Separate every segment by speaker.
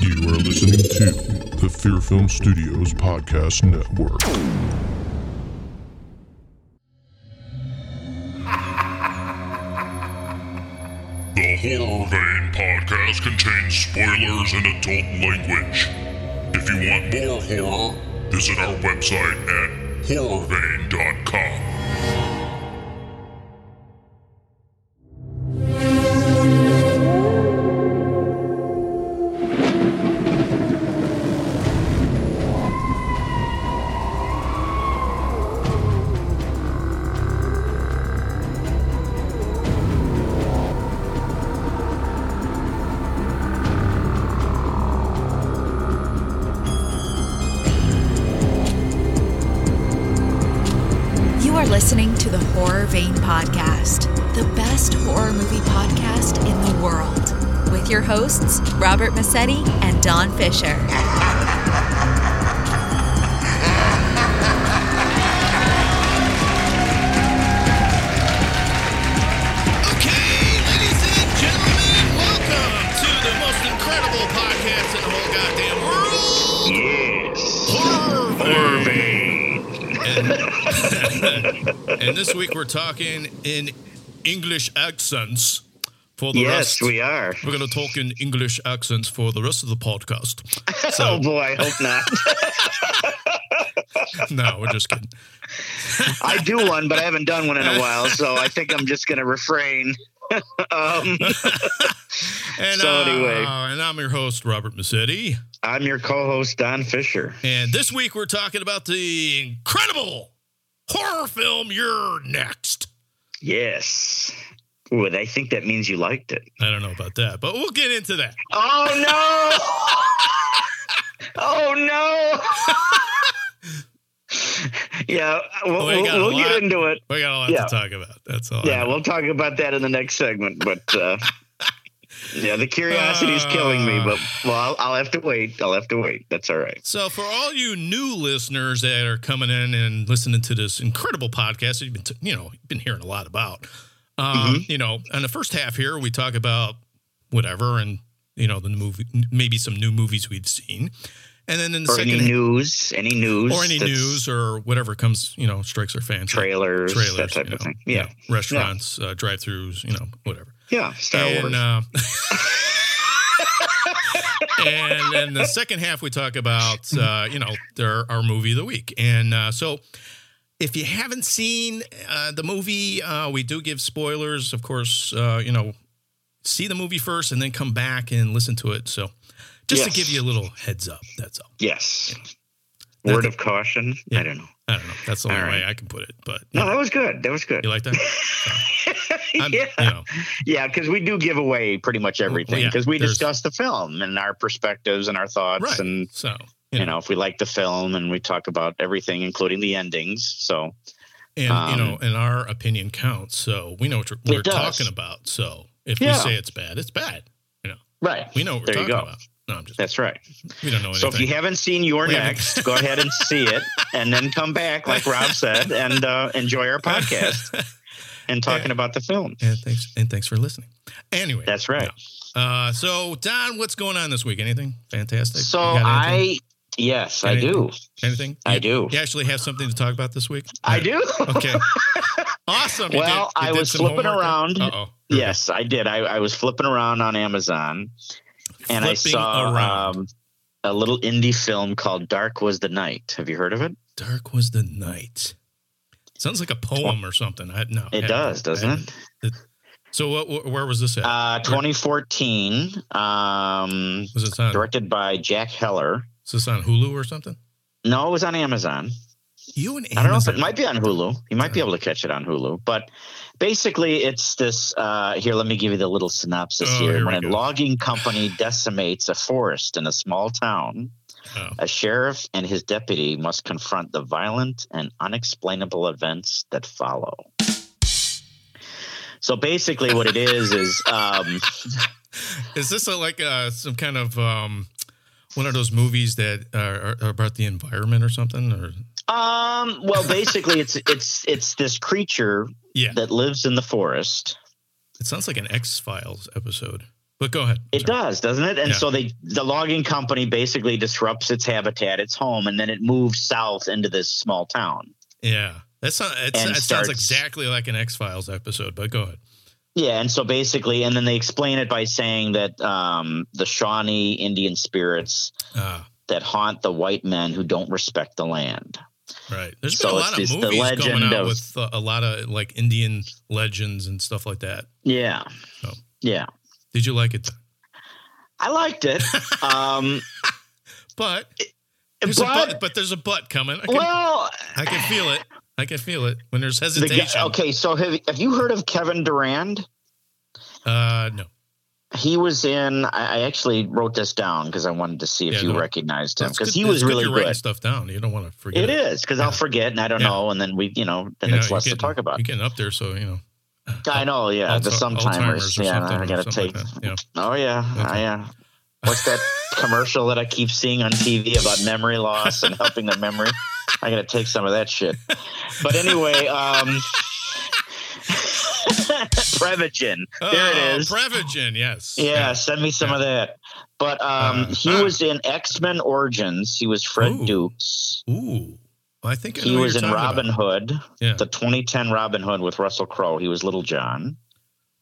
Speaker 1: You are listening to the Fear Film Studios Podcast Network. The Horror Vein podcast contains spoilers and adult language. If you want more horror, visit our website at horrorvein.com.
Speaker 2: You are listening to the Horror Vein Podcast, the best horror movie podcast in the world, with your hosts, Robert Massetti and Don Fisher.
Speaker 3: Okay, ladies and gentlemen, welcome to the most incredible podcast in the whole goddamn world. Horror and, and this week we're talking in English accents for the
Speaker 4: Yes,
Speaker 3: rest.
Speaker 4: we are.
Speaker 3: We're going to talk in English accents for the rest of the podcast.
Speaker 4: Oh
Speaker 3: So
Speaker 4: boy, I hope not.
Speaker 3: no, we're just kidding.
Speaker 4: I do one, but I haven't done one in a while, so I think I'm just going to refrain. um,
Speaker 3: And,
Speaker 4: So anyway.
Speaker 3: uh, and I'm your host Robert Massetti,
Speaker 4: I'm your co-host Don Fisher.
Speaker 3: and this week we're talking about the incredible horror film You're Next.
Speaker 4: Yes. Ooh, and I think that means you liked it.
Speaker 3: I don't know about that, but we'll get into that.
Speaker 4: Oh no! oh no! yeah, we'll,
Speaker 3: We
Speaker 4: we'll,
Speaker 3: got a
Speaker 4: we'll
Speaker 3: lot.
Speaker 4: get into it.
Speaker 3: We got a lot
Speaker 4: Yeah.
Speaker 3: to talk about. That's all. I
Speaker 4: Yeah,
Speaker 3: know.
Speaker 4: we'll talk about that in the next segment. But uh, yeah, the curiosity's killing me.
Speaker 3: Uh.
Speaker 4: But well, I'll, I'll have to wait. I'll have to wait. That's all right.
Speaker 3: So, for all you new listeners that are coming in and listening to this incredible podcast that you've been, t- you know, been hearing a lot about, um,
Speaker 4: Mm-hmm.
Speaker 3: you know, in the first half here, we talk about whatever and, you know, the movie, maybe some new movies we've seen. And then in the
Speaker 4: Or
Speaker 3: second,
Speaker 4: any news? Any news?
Speaker 3: or any
Speaker 4: that's
Speaker 3: news or whatever comes, you know, strikes our fancy.
Speaker 4: Trailers,
Speaker 3: trailers,
Speaker 4: that type
Speaker 3: you
Speaker 4: of
Speaker 3: know,
Speaker 4: thing. Yeah,
Speaker 3: Restaurants, uh, drive throughs, you know, whatever.
Speaker 4: yeah. Star
Speaker 3: and,
Speaker 4: Wars.
Speaker 3: Uh, and then the second half, we talk about, uh, you know, their, our movie of the week. And uh, so if you haven't seen uh, the movie, uh, we do give spoilers, of course, uh, you know, see the movie first and then come back and listen to it. So just
Speaker 4: Yes.
Speaker 3: to give you a little heads up, that's all.
Speaker 4: yes.
Speaker 3: That-
Speaker 4: Word of caution. I don't know.
Speaker 3: I don't know. That's the only
Speaker 4: All right.
Speaker 3: way I can put it. But you,
Speaker 4: No,
Speaker 3: know,
Speaker 4: that was good. That was good.
Speaker 3: you like that? I'm-
Speaker 4: yeah,
Speaker 3: You know,
Speaker 4: yeah, because we do give away pretty much everything
Speaker 3: yeah,
Speaker 4: because we
Speaker 3: there's-
Speaker 4: discuss the film and our perspectives and our thoughts
Speaker 3: right.
Speaker 4: and
Speaker 3: so,
Speaker 4: you know if we like the film and we talk about everything including the endings. So
Speaker 3: and
Speaker 4: Um,
Speaker 3: you know, and our opinion counts. So we know what we're
Speaker 4: does.
Speaker 3: talking about. So if
Speaker 4: Yeah.
Speaker 3: we say it's bad, it's bad.
Speaker 4: right,
Speaker 3: We know what we're
Speaker 4: There you
Speaker 3: talking
Speaker 4: go.
Speaker 3: about. No, I'm just.
Speaker 4: that's right.
Speaker 3: We don't know anything.
Speaker 4: So if you haven't seen your
Speaker 3: We haven't-
Speaker 4: next, go ahead and see it, and then come back, like Rob said, and uh, enjoy our podcast and talking about the film.
Speaker 3: and thanks and thanks for listening. Anyway,
Speaker 4: That's right.
Speaker 3: uh, so Don, what's going on this week? Anything fantastic?
Speaker 4: So
Speaker 3: You got anything?
Speaker 4: I, yes, I
Speaker 3: Anything?
Speaker 4: do.
Speaker 3: anything? You,
Speaker 4: I do.
Speaker 3: You actually have something to talk about this week?
Speaker 4: I do.
Speaker 3: Okay. awesome. You
Speaker 4: Well,
Speaker 3: did- you
Speaker 4: I
Speaker 3: did
Speaker 4: was
Speaker 3: some
Speaker 4: flipping
Speaker 3: homework?
Speaker 4: around.
Speaker 3: Uh-oh.
Speaker 4: Yes, I did. I, I was flipping around on Amazon, and I
Speaker 3: Flipping
Speaker 4: saw
Speaker 3: around.
Speaker 4: um, a little indie film called "Dark Was the Night." Have you heard of it?
Speaker 3: Dark was the night. Sounds like a poem or something. I, no,
Speaker 4: It
Speaker 3: I-
Speaker 4: does, doesn't
Speaker 3: I-
Speaker 4: it?
Speaker 3: So what, wh- where was this at?
Speaker 4: Uh, 2014, um,
Speaker 3: was this on?
Speaker 4: directed by Jack Heller.
Speaker 3: Is this on Hulu or something?
Speaker 4: No, it was on Amazon.
Speaker 3: You and Amazon.
Speaker 4: I don't know if it might be on Hulu. You might be able to catch it on Hulu. But basically, it's this. Uh, here, let me give you the little synopsis
Speaker 3: Oh,
Speaker 4: here.
Speaker 3: here
Speaker 4: When
Speaker 3: we
Speaker 4: a
Speaker 3: go.
Speaker 4: logging company decimates a forest in a small town,
Speaker 3: Oh.
Speaker 4: a sheriff and his deputy must confront the violent and unexplainable events that follow. So basically, what it is is um,
Speaker 3: Is this a, like uh, some kind of um, one of those movies that are, are about the environment or something? Or
Speaker 4: um, well, basically, it's it's it's this creature
Speaker 3: yeah,
Speaker 4: that lives in the forest.
Speaker 3: it sounds like an X Files episode. But go ahead.
Speaker 4: It does, doesn't it? And
Speaker 3: Yeah.
Speaker 4: so they the logging company basically disrupts its habitat, its home, and then it moves south into this small town.
Speaker 3: Yeah. That's not, it's,
Speaker 4: And
Speaker 3: it sounds
Speaker 4: starts-
Speaker 3: exactly like an X Files episode, but go ahead.
Speaker 4: Yeah, and so basically, and then they explain it by saying that um, the Shawnee Indian spirits
Speaker 3: Uh,
Speaker 4: that haunt the white men who don't respect the land.
Speaker 3: right. There's
Speaker 4: So
Speaker 3: been a
Speaker 4: it's
Speaker 3: lot of
Speaker 4: just the
Speaker 3: movies going
Speaker 4: legend
Speaker 3: out
Speaker 4: of-
Speaker 3: with uh, a lot of like Indian legends and stuff like that.
Speaker 4: Yeah,
Speaker 3: Oh.
Speaker 4: yeah,
Speaker 3: Did you like it?
Speaker 4: I liked it. um,
Speaker 3: But
Speaker 4: but,
Speaker 3: there's a but, but there's a but coming. I can,
Speaker 4: well,
Speaker 3: I can feel it. I can feel it when there's
Speaker 4: the
Speaker 3: hesitation.
Speaker 4: guy, okay. So have, have you heard of Kevin Durand?
Speaker 3: Uh, no.
Speaker 4: he was in i I actually wrote this down because i wanted to see if
Speaker 3: Yeah,
Speaker 4: you
Speaker 3: no.
Speaker 4: recognized him
Speaker 3: That's
Speaker 4: because
Speaker 3: good-
Speaker 4: he
Speaker 3: that's
Speaker 4: was really
Speaker 3: you're
Speaker 4: good
Speaker 3: writing stuff down. You don't want to forget.
Speaker 4: it is because i'll forget and i don't
Speaker 3: Yeah.
Speaker 4: know and then we you know then
Speaker 3: You know,
Speaker 4: it's
Speaker 3: you're
Speaker 4: less to
Speaker 3: getting-
Speaker 4: talk about
Speaker 3: You're getting up there, so you know.
Speaker 4: i know yeah the
Speaker 3: Alzheimer's
Speaker 4: sometimers
Speaker 3: or
Speaker 4: yeah
Speaker 3: something,
Speaker 4: i
Speaker 3: or
Speaker 4: gotta
Speaker 3: something
Speaker 4: take
Speaker 3: like that. yeah.
Speaker 4: oh yeah
Speaker 3: That's
Speaker 4: i yeah what's that commercial that i keep seeing on tv about memory loss and helping the memory i gotta take some of that shit but anyway um Prevagen. There it
Speaker 3: Oh,
Speaker 4: is.
Speaker 3: Prevagen, yes.
Speaker 4: Yeah, send me some
Speaker 3: Yeah.
Speaker 4: of that. But um,
Speaker 3: Uh,
Speaker 4: he
Speaker 3: huh.
Speaker 4: was in X Men Origins. He was Fred
Speaker 3: Ooh.
Speaker 4: Dukes.
Speaker 3: Ooh. I think I know
Speaker 4: He
Speaker 3: who
Speaker 4: was
Speaker 3: you're
Speaker 4: in
Speaker 3: talking
Speaker 4: Robin
Speaker 3: about.
Speaker 4: Hood,
Speaker 3: Yeah.
Speaker 4: the 2010 Robin Hood with Russell Crowe. He was Little John.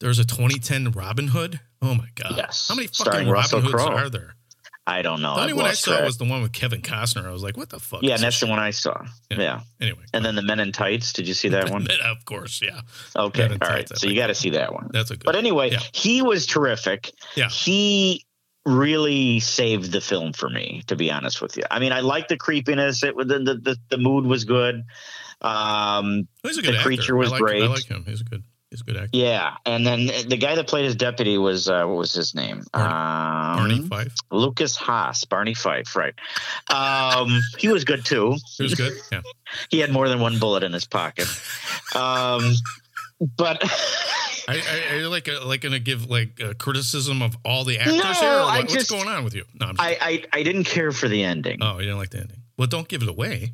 Speaker 3: There was a 2010 Robin Hood. Oh my god.
Speaker 4: Yes,
Speaker 3: How many fucking
Speaker 4: starring
Speaker 3: Robin
Speaker 4: Russell
Speaker 3: Hoods
Speaker 4: Crowe. Oh,
Speaker 3: are there?
Speaker 4: I don't know.
Speaker 3: the only
Speaker 4: I've
Speaker 3: one I
Speaker 4: lost
Speaker 3: saw
Speaker 4: track.
Speaker 3: was the one with Kevin Costner. I was like, what the fuck?
Speaker 4: yeah,
Speaker 3: is
Speaker 4: and
Speaker 3: this
Speaker 4: that's the one I saw.
Speaker 3: Yeah.
Speaker 4: Yeah.
Speaker 3: shit? Anyway.
Speaker 4: and um, then the Men in Tights. Did you see that one?
Speaker 3: of course, yeah.
Speaker 4: Okay,
Speaker 3: Men in
Speaker 4: all right.
Speaker 3: Tights, I
Speaker 4: So you
Speaker 3: like
Speaker 4: got to see that one.
Speaker 3: That's a good
Speaker 4: But anyway,
Speaker 3: Yeah.
Speaker 4: he was terrific.
Speaker 3: Yeah.
Speaker 4: He really saved the film for me, to be honest with you. I mean, I liked the creepiness. It was- the the, the, the mood was good. Um,
Speaker 3: He's a good
Speaker 4: The
Speaker 3: actor.
Speaker 4: Creature was
Speaker 3: I like, I
Speaker 4: great.
Speaker 3: like him. He's a good he's a good actor.
Speaker 4: Yeah, and then the guy that played his deputy was uh, what was his name?
Speaker 3: Barney
Speaker 4: Um,
Speaker 3: Fife.
Speaker 4: Lucas Haas, Barney Fife, right? Um, he was good too.
Speaker 3: He was good. Yeah.
Speaker 4: He had more than one bullet in his pocket. Um, but
Speaker 3: I, I, are you like uh, like gonna give like a criticism of all the actors
Speaker 4: No,
Speaker 3: here? or
Speaker 4: I
Speaker 3: what- what's
Speaker 4: just-
Speaker 3: going on with you? No, I'm just,
Speaker 4: I, I I didn't care for the ending.
Speaker 3: oh, you didn't like the ending. Well, don't give it away.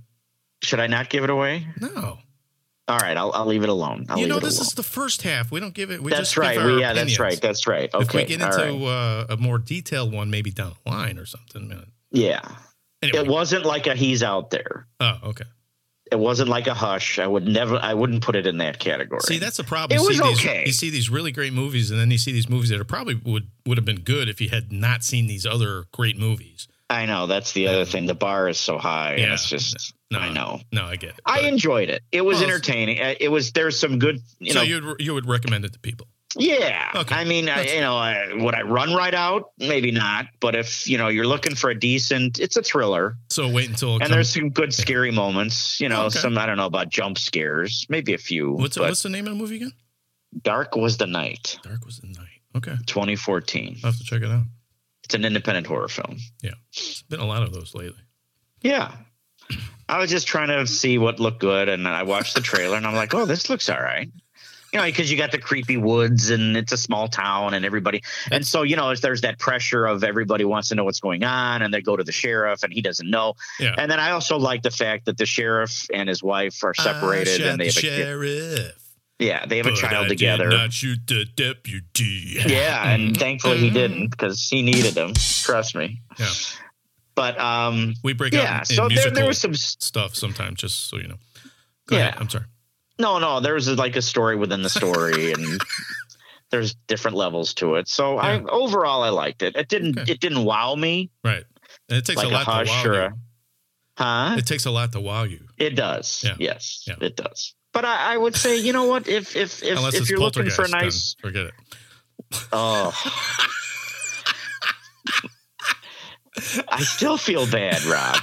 Speaker 4: Should I not give it away?
Speaker 3: No,
Speaker 4: All right, I'll I'll leave it alone. I'll
Speaker 3: you
Speaker 4: leave
Speaker 3: know
Speaker 4: it
Speaker 3: this
Speaker 4: alone.
Speaker 3: is the first half. We don't give it. We
Speaker 4: that's
Speaker 3: just
Speaker 4: right.
Speaker 3: Give our
Speaker 4: We, yeah,
Speaker 3: opinions.
Speaker 4: that's right. That's right.
Speaker 3: if
Speaker 4: Okay.
Speaker 3: we get
Speaker 4: all
Speaker 3: into
Speaker 4: right.
Speaker 3: uh, a more detailed one, maybe down the line or something. Man.
Speaker 4: yeah,
Speaker 3: Anyway,
Speaker 4: it wasn't like a he's out there.
Speaker 3: oh, okay.
Speaker 4: It wasn't like a hush. I would never. I wouldn't put it in that category.
Speaker 3: See, that's the problem.
Speaker 4: It
Speaker 3: you
Speaker 4: was
Speaker 3: see these,
Speaker 4: okay.
Speaker 3: You see these really great movies, and then you see these movies that are probably would would have been good if you had not seen these other great movies.
Speaker 4: I know that's the other thing. The bar is so high,
Speaker 3: Yeah.
Speaker 4: and it's just
Speaker 3: No,
Speaker 4: I know.
Speaker 3: No, I get it.
Speaker 4: I
Speaker 3: but-
Speaker 4: enjoyed it. It was
Speaker 3: Well,
Speaker 4: entertaining. Uh, It was there's some good, you
Speaker 3: so
Speaker 4: know.
Speaker 3: you you would recommend it to people.
Speaker 4: yeah,
Speaker 3: Okay.
Speaker 4: I mean, I,
Speaker 3: That's-
Speaker 4: you know, I, would I run right out? Maybe not. But if you know you're looking for a decent, it's a thriller,
Speaker 3: So wait until it
Speaker 4: and
Speaker 3: comes-
Speaker 4: there's some good scary moments. You know,
Speaker 3: Okay.
Speaker 4: some I don't know about jump scares, maybe a few.
Speaker 3: what's
Speaker 4: but
Speaker 3: what's the name of the movie again?
Speaker 4: Dark was the night,
Speaker 3: Dark was the night. Okay,
Speaker 4: 2014.
Speaker 3: I'll have to check it out.
Speaker 4: It's an independent horror film.
Speaker 3: It's been a lot of those lately.
Speaker 4: Yeah. I was just trying to see what looked good, and I watched the trailer, and I'm like, "Oh, this looks all right," you know, because you got the creepy woods, and it's a small town, and everybody, and so you know, it's- there's that pressure of everybody wants to know what's going on, and they go to the sheriff, and he doesn't know,
Speaker 3: Yeah.
Speaker 4: and then I also like the fact that the sheriff and his wife are separated,
Speaker 3: I shot
Speaker 4: and they
Speaker 3: Ah, the
Speaker 4: have a kid,
Speaker 3: sheriff.
Speaker 4: yeah, they have a
Speaker 3: but
Speaker 4: child
Speaker 3: I
Speaker 4: together,
Speaker 3: Did not shoot the deputy.
Speaker 4: yeah, and thankfully he
Speaker 3: Mm.
Speaker 4: didn't because he needed him, trust me,
Speaker 3: Yeah.
Speaker 4: but um,
Speaker 3: we break
Speaker 4: yeah,
Speaker 3: out in,
Speaker 4: so
Speaker 3: in
Speaker 4: there
Speaker 3: musical
Speaker 4: there was some
Speaker 3: stuff sometimes, just so you know. Go
Speaker 4: Yeah.
Speaker 3: ahead. I'm sorry.
Speaker 4: No, no, there's uh, like a story within the story, and there's different levels to it. So I
Speaker 3: Yeah.
Speaker 4: overall I liked it. It didn't
Speaker 3: Okay.
Speaker 4: it didn't wow me,
Speaker 3: Right, and it takes
Speaker 4: Like
Speaker 3: a
Speaker 4: a
Speaker 3: lot to wow
Speaker 4: hush or a-
Speaker 3: you.
Speaker 4: huh?
Speaker 3: It takes a lot to wow you,
Speaker 4: It does.
Speaker 3: Yeah.
Speaker 4: Yes,
Speaker 3: Yeah.
Speaker 4: it does. But I, I would say, you know what? If if if,
Speaker 3: unless
Speaker 4: if
Speaker 3: it's
Speaker 4: you're looking
Speaker 3: poltergeist.
Speaker 4: for a nice,
Speaker 3: then forget it.
Speaker 4: oh, I still feel bad, Rob.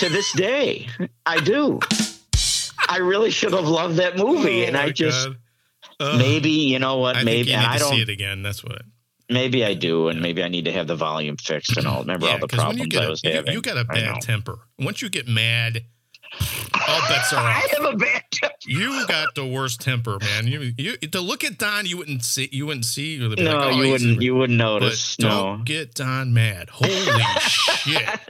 Speaker 4: to this day, I do. I really should have loved that movie,
Speaker 3: Oh
Speaker 4: and I
Speaker 3: my
Speaker 4: just
Speaker 3: God. Ugh.
Speaker 4: maybe you know what?
Speaker 3: I think
Speaker 4: maybe
Speaker 3: you
Speaker 4: and
Speaker 3: need
Speaker 4: I
Speaker 3: to
Speaker 4: don't
Speaker 3: see it again. That's what.
Speaker 4: Maybe I do, and
Speaker 3: Yeah.
Speaker 4: maybe I need to have the volume fixed and all. Remember all the
Speaker 3: 'cause when you
Speaker 4: problems
Speaker 3: get
Speaker 4: I
Speaker 3: a-
Speaker 4: was
Speaker 3: you,
Speaker 4: having.
Speaker 3: you got a
Speaker 4: I know.
Speaker 3: bad temper. Once you get mad, all bets are
Speaker 4: I
Speaker 3: off.
Speaker 4: have a bad temper.
Speaker 3: You got the worst temper, man. You you to look at Don, you wouldn't see. You wouldn't see. You'd be
Speaker 4: No,
Speaker 3: like, oh,
Speaker 4: you
Speaker 3: he's-
Speaker 4: wouldn't. You wouldn't
Speaker 3: But
Speaker 4: notice.
Speaker 3: don't
Speaker 4: No.
Speaker 3: get Don mad. Holy shit!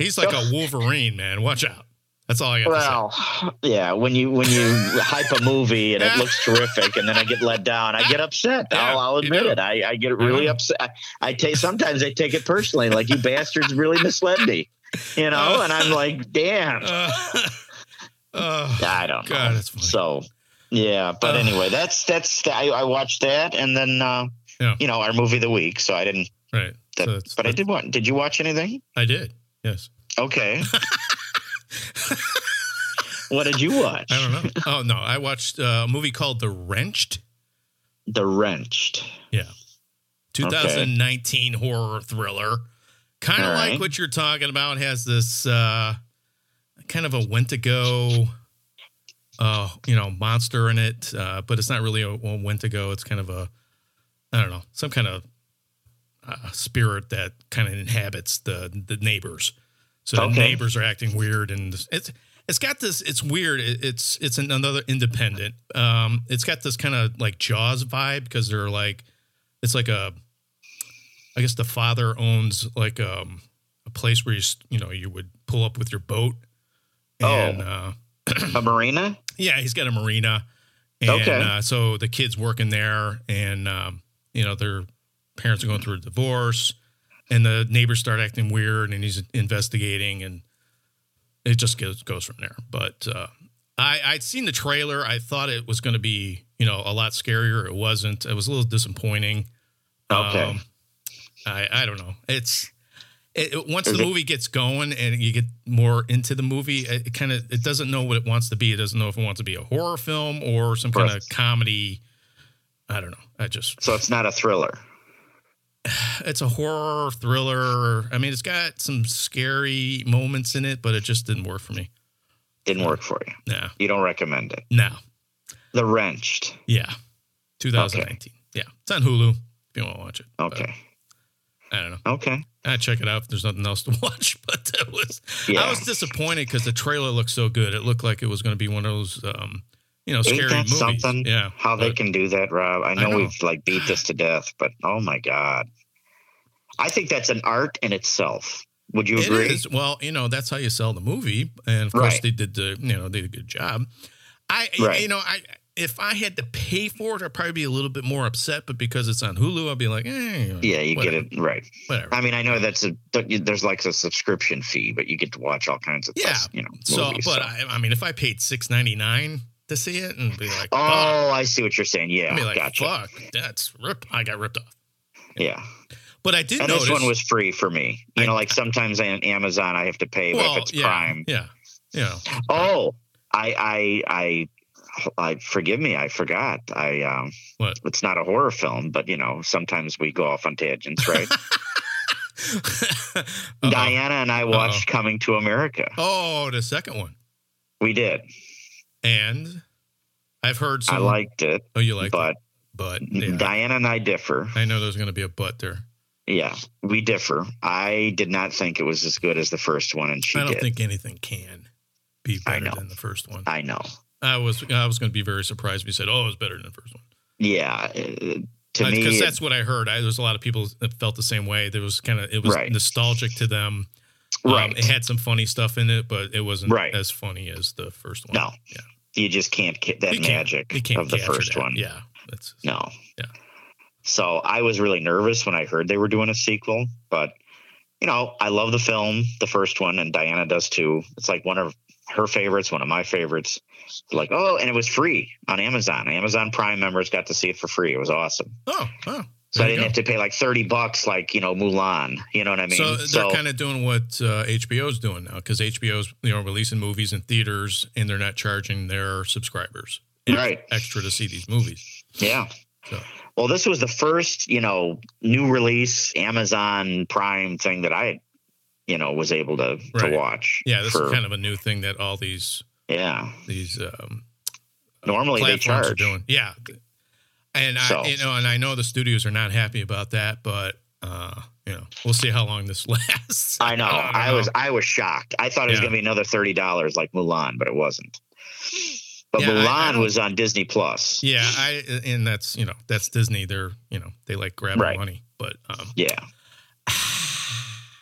Speaker 3: He's like a Wolverine, man. Watch out. That's all I got to say.
Speaker 4: Well, yeah, when you when you hype a movie and it looks terrific, and then I get let down, I get upset.
Speaker 3: Yeah,
Speaker 4: I'll, I'll
Speaker 3: you
Speaker 4: admit
Speaker 3: do.
Speaker 4: it. I, I get really
Speaker 3: Mhm.
Speaker 4: upset. I, I take sometimes I take it personally, like you bastards really misled me, you know.
Speaker 3: Oh.
Speaker 4: And I'm like, damn,
Speaker 3: Uh, uh,
Speaker 4: I don't know.
Speaker 3: God, that's funny.
Speaker 4: So, yeah, but
Speaker 3: Ugh.
Speaker 4: anyway, that's that's I, I watched that, and then uh,
Speaker 3: Yeah.
Speaker 4: you know our movie of the week. So I didn't,
Speaker 3: right.
Speaker 4: that,
Speaker 3: So that's-
Speaker 4: but I did watch. Did you watch anything?
Speaker 3: I did. Yes.
Speaker 4: Okay. what did you watch?
Speaker 3: I don't know. oh no, I watched uh, a movie called The Wrenched.
Speaker 4: The Wrenched.
Speaker 3: 2019 horror thriller. Kind of
Speaker 4: All
Speaker 3: like
Speaker 4: right.
Speaker 3: what you're talking about. Has this uh, kind of a Wendigo, uh, you know, monster in it, uh, but it's not really a, a Wendigo. It's kind of a, I don't know, some kind of uh, spirit that kind of inhabits the the neighbors. So the
Speaker 4: Okay.
Speaker 3: neighbors are acting weird, and it's it's got this. It's weird. It, it's it's another independent. Um, it's got this kind of like Jaws vibe because they're like it's like a i guess the father owns like um a place where you s- you know you would pull up with your boat and uh
Speaker 4: a marina.
Speaker 3: yeah he's got a marina and
Speaker 4: Okay.
Speaker 3: uh, so the kids working there and um you know their parents are going through a divorce and the neighbors start acting weird and he's investigating and it just goes goes from there but uh I, I'd seen the trailer. I thought it was going to be, you know, a lot scarier. It wasn't. It was a little disappointing.
Speaker 4: Okay.
Speaker 3: Um, I I don't know. It's it, it- once
Speaker 4: Is
Speaker 3: the
Speaker 4: it-
Speaker 3: movie gets going and you get more into the movie, it, kind of it doesn't know what it wants to be. It doesn't know if it wants to be a horror film or some kind
Speaker 4: Right.
Speaker 3: of comedy. I don't know. I just
Speaker 4: so it's not a thriller.
Speaker 3: it's a horror thriller. I mean, it's got some scary moments in it, but it just didn't work for me.
Speaker 4: Didn't work for you.
Speaker 3: Nah,
Speaker 4: You don't recommend it.
Speaker 3: no,
Speaker 4: The Wrenched.
Speaker 3: yeah, 2019. Yeah, it's on Hulu. If you want to watch it. But
Speaker 4: Okay.
Speaker 3: I don't know.
Speaker 4: Okay.
Speaker 3: I check it out if there's nothing else to watch. But that was I
Speaker 4: Yeah.
Speaker 3: was disappointed because the trailer looked so good. It looked like it was going to be one of those, um, you know,
Speaker 4: Ain't
Speaker 3: scary
Speaker 4: that
Speaker 3: movies.
Speaker 4: something?
Speaker 3: Yeah,
Speaker 4: How they
Speaker 3: but-
Speaker 4: can do that, Rob? I know,
Speaker 3: know.
Speaker 4: we've like beat this to death, but oh my god, I think that's an art in itself. Would you
Speaker 3: It
Speaker 4: agree?
Speaker 3: is. Well, you know, that's how you sell the movie, and of course
Speaker 4: Right.
Speaker 3: they did the, you know, they did a good job. I,
Speaker 4: Right.
Speaker 3: you know, I if I had to pay for it, I'd probably be a little bit more upset. But because it's on Hulu, I'd be like, eh,
Speaker 4: Yeah, you
Speaker 3: whatever,
Speaker 4: get it right.
Speaker 3: Whatever.
Speaker 4: I mean, I know that's a don't you- there's like a subscription fee, but you get to watch all kinds of
Speaker 3: Yeah.
Speaker 4: stuff, you know.
Speaker 3: so,
Speaker 4: movies,
Speaker 3: but I, I mean, if I paid six ninety nine to see it and be like, oh,
Speaker 4: oh, I see what you're saying. Yeah,
Speaker 3: I'd be like,
Speaker 4: gotcha.
Speaker 3: fuck, that's rip. I got ripped off.
Speaker 4: Yeah,
Speaker 3: But I did
Speaker 4: and
Speaker 3: notice
Speaker 4: this one was free for me. You
Speaker 3: I-
Speaker 4: know, like sometimes on Amazon I have to pay, but if it's
Speaker 3: yeah,
Speaker 4: Prime,
Speaker 3: yeah, yeah.
Speaker 4: Oh, I, I, I, I forgive me. I forgot. I, um,
Speaker 3: What?
Speaker 4: It's not a horror film, but you know, sometimes we go off on tangents, right?
Speaker 3: Uh-oh.
Speaker 4: Diana and I watched Coming to America.
Speaker 3: Oh, the second one.
Speaker 4: We did.
Speaker 3: And I've heard some.
Speaker 4: I Mm-hmm. liked it,
Speaker 3: Oh, you like
Speaker 4: but
Speaker 3: but yeah.
Speaker 4: Diana and I differ.
Speaker 3: I know there's going to be a but there.
Speaker 4: Yeah, we differ. I did not think it was as good as the first one, and she
Speaker 3: I don't
Speaker 4: did.
Speaker 3: think anything can be
Speaker 4: I
Speaker 3: better
Speaker 4: know.
Speaker 3: than the first one.
Speaker 4: I know.
Speaker 3: I was I was going to be very surprised if you said, "Oh, it was better than the first one."
Speaker 4: Yeah. uh, To me,
Speaker 3: because
Speaker 4: it-
Speaker 3: that's what I heard. I, there's a lot of people that felt the same way. There was kind of it was
Speaker 4: Right.
Speaker 3: nostalgic to them. Um,
Speaker 4: right.
Speaker 3: it had some funny stuff in it, but it wasn't
Speaker 4: Right.
Speaker 3: as funny as the first one.
Speaker 4: no,
Speaker 3: Yeah.
Speaker 4: you just can't get that
Speaker 3: You can't-
Speaker 4: magic
Speaker 3: you can't
Speaker 4: of the
Speaker 3: capture
Speaker 4: first
Speaker 3: that.
Speaker 4: one.
Speaker 3: Yeah, that's
Speaker 4: No.
Speaker 3: Yeah.
Speaker 4: So I was really nervous when I heard they were doing a sequel, but you know, I love the film, the first one, and Diana does too. It's like one of her favorites, one of my favorites. Like, oh, and it was free on Amazon. Amazon Prime members got to see it for free. It was awesome.
Speaker 3: oh, oh.
Speaker 4: So I
Speaker 3: there you
Speaker 4: didn't
Speaker 3: go.
Speaker 4: have to pay like thirty bucks, like you know Mulan. You know what I mean?
Speaker 3: so they're kind of doing what uh, HBO's doing now because HBO's you know releasing movies in theaters and they're not charging their subscribers ex-
Speaker 4: Right.
Speaker 3: extra to see these movies.
Speaker 4: Yeah.
Speaker 3: So-
Speaker 4: Well, this was the first, you know, new release Amazon Prime thing that I, you know, was able to
Speaker 3: Right.
Speaker 4: to watch.
Speaker 3: Yeah, this
Speaker 4: for-
Speaker 3: is kind of a new thing that all these
Speaker 4: yeah.
Speaker 3: these um,
Speaker 4: Normally they
Speaker 3: platforms are
Speaker 4: charge.
Speaker 3: doing. Yeah, and
Speaker 4: So-
Speaker 3: I you know and I know the studios are not happy about that, but uh, you know we'll see how long this lasts.
Speaker 4: I know.
Speaker 3: don't
Speaker 4: I was I was shocked. I thought it was
Speaker 3: Oh, Yeah.
Speaker 4: going to be another thirty dollars like Mulan, but it wasn't. But
Speaker 3: Yeah, I-
Speaker 4: Mulan
Speaker 3: I don't-
Speaker 4: was on Disney Plus.
Speaker 3: yeah, I and that's you know that's Disney. They're you know they like grabbing
Speaker 4: Right.
Speaker 3: money, but um,
Speaker 4: Yeah.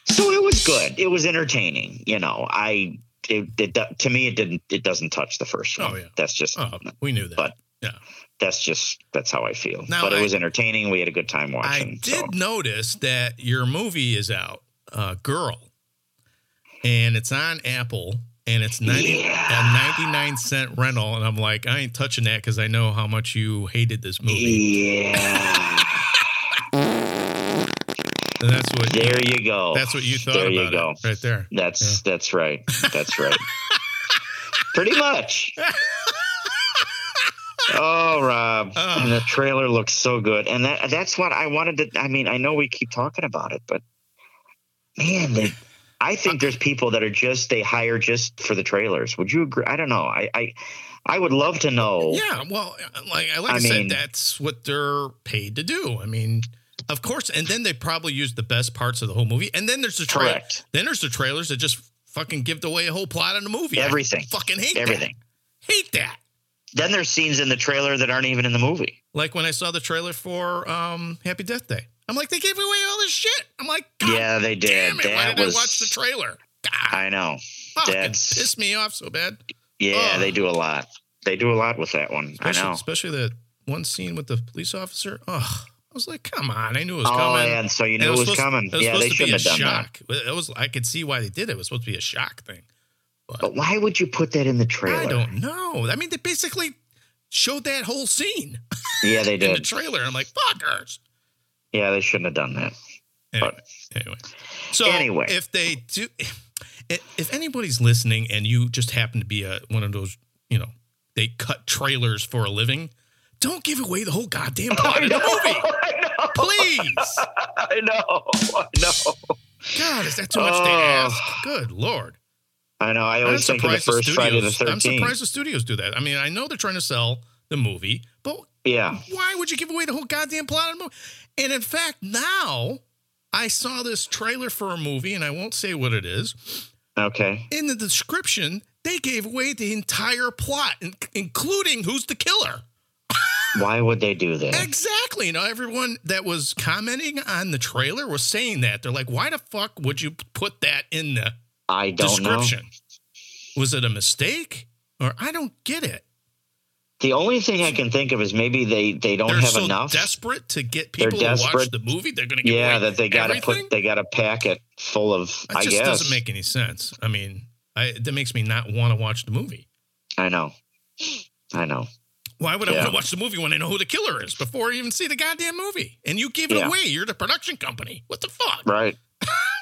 Speaker 4: So it was good. It was entertaining. You know, I it, it do- to me it didn't it doesn't touch the first one.
Speaker 3: Oh, yeah.
Speaker 4: That's just
Speaker 3: Oh, we knew that.
Speaker 4: But-
Speaker 3: yeah.
Speaker 4: that's just that's how I feel.
Speaker 3: Now,
Speaker 4: but it
Speaker 3: I-
Speaker 4: was entertaining. We had a good time watching.
Speaker 3: I did
Speaker 4: so.
Speaker 3: notice that your movie is out, uh, Girl, and it's on Apple, and it's 90,
Speaker 4: Yeah.
Speaker 3: a 99 cent rental. And I'm like, I ain't touching that because I know how much you hated this movie.
Speaker 4: Yeah.
Speaker 3: And that's what
Speaker 4: there you go.
Speaker 3: that's what you thought
Speaker 4: There
Speaker 3: about
Speaker 4: you go.
Speaker 3: it right there.
Speaker 4: That's that's right. That's right. Pretty much. Oh, Rob,
Speaker 3: Ugh.
Speaker 4: the trailer looks so good, and that—that's what I wanted to. I mean, I know we keep talking about it, but man, they, I think there's people that are just they hire just for the trailers. Would you agree? I don't know. I, I, I would love to know.
Speaker 3: Yeah, well, uh, like, like I,
Speaker 4: I
Speaker 3: said,
Speaker 4: mean-
Speaker 3: that's what they're paid to do. I mean, of course, and then they probably use the best parts of the whole movie, and then there's the tra-
Speaker 4: Correct.
Speaker 3: then there's the trailers that just fucking give away a whole plot of the movie. I
Speaker 4: Everything.
Speaker 3: fucking hate that.
Speaker 4: Everything.
Speaker 3: Hate that.
Speaker 4: Then there's scenes in the trailer that aren't even in the movie.
Speaker 3: Like when I saw the trailer for um, Happy Death Day, I'm like, they gave away all this shit. I'm like, God
Speaker 4: yeah, they did.
Speaker 3: damn it, why
Speaker 4: that
Speaker 3: did
Speaker 4: was.
Speaker 3: I watch the trailer? God,
Speaker 4: I know.
Speaker 3: fuck, it
Speaker 4: that's-
Speaker 3: pissed me off so bad.
Speaker 4: Yeah,
Speaker 3: Ugh.
Speaker 4: they do a lot. They do a lot with that one.
Speaker 3: Especially,
Speaker 4: I know.
Speaker 3: especially that one scene with the police officer. Oh, I was like, come on, I knew it was
Speaker 4: Oh,
Speaker 3: coming.
Speaker 4: yeah, and so you
Speaker 3: And
Speaker 4: knew it was,
Speaker 3: supposed-
Speaker 4: coming.
Speaker 3: it was
Speaker 4: yeah,
Speaker 3: supposed
Speaker 4: they
Speaker 3: to be
Speaker 4: shouldn't have
Speaker 3: a
Speaker 4: done that.
Speaker 3: shock. It was. I could see why they did it. It was supposed to be a shock thing.
Speaker 4: But why would you put that in the trailer?
Speaker 3: I don't know. I mean, they basically showed that whole scene
Speaker 4: Yeah, they
Speaker 3: in the
Speaker 4: did.
Speaker 3: trailer. I'm like, fuckers.
Speaker 4: Yeah, they shouldn't have done that.
Speaker 3: Anyway, anyway. So
Speaker 4: Anyway.
Speaker 3: if they do, if anybody's listening and you just happen to be a, one of those, you know, they cut trailers for a living, don't give away the whole goddamn plot of the movie,
Speaker 4: I know.
Speaker 3: please.
Speaker 4: I know. I know.
Speaker 3: God, is that too much to
Speaker 4: Oh.
Speaker 3: ask? Good lord.
Speaker 4: I know. I always think of the first Friday the
Speaker 3: I'm
Speaker 4: 13th.
Speaker 3: surprised the studios do that. I mean, I know they're trying to sell the movie, but
Speaker 4: Yeah.
Speaker 3: why would you give away the whole goddamn plot of the movie? And in fact, now I saw this trailer for a movie, and I won't say what it is.
Speaker 4: Okay.
Speaker 3: In the description, they gave away the entire plot, in- including who's the killer.
Speaker 4: Why would they do that?
Speaker 3: Exactly. Now, everyone that was commenting on the trailer was saying that. They're like, why the fuck would you put that in the
Speaker 4: I don't know.
Speaker 3: description? Was it a mistake? Or I don't get it.
Speaker 4: The only thing I can think of is maybe they they don't
Speaker 3: they're
Speaker 4: have
Speaker 3: so
Speaker 4: enough.
Speaker 3: desperate to get
Speaker 4: They're
Speaker 3: people to watch
Speaker 4: desperate.
Speaker 3: the movie. They're going to give
Speaker 4: Yeah,
Speaker 3: away
Speaker 4: that they got to
Speaker 3: everything?
Speaker 4: put. They got a packet full of.
Speaker 3: That
Speaker 4: I
Speaker 3: just
Speaker 4: guess.
Speaker 3: doesn't make any sense. I mean, I, that makes me not want to watch the movie.
Speaker 4: I know. I know.
Speaker 3: Why would I
Speaker 4: Yeah.
Speaker 3: want to watch the movie when I know who the killer is before I even see the goddamn movie? And you gave it
Speaker 4: Yeah.
Speaker 3: away. You're the production company. What the fuck?
Speaker 4: Right.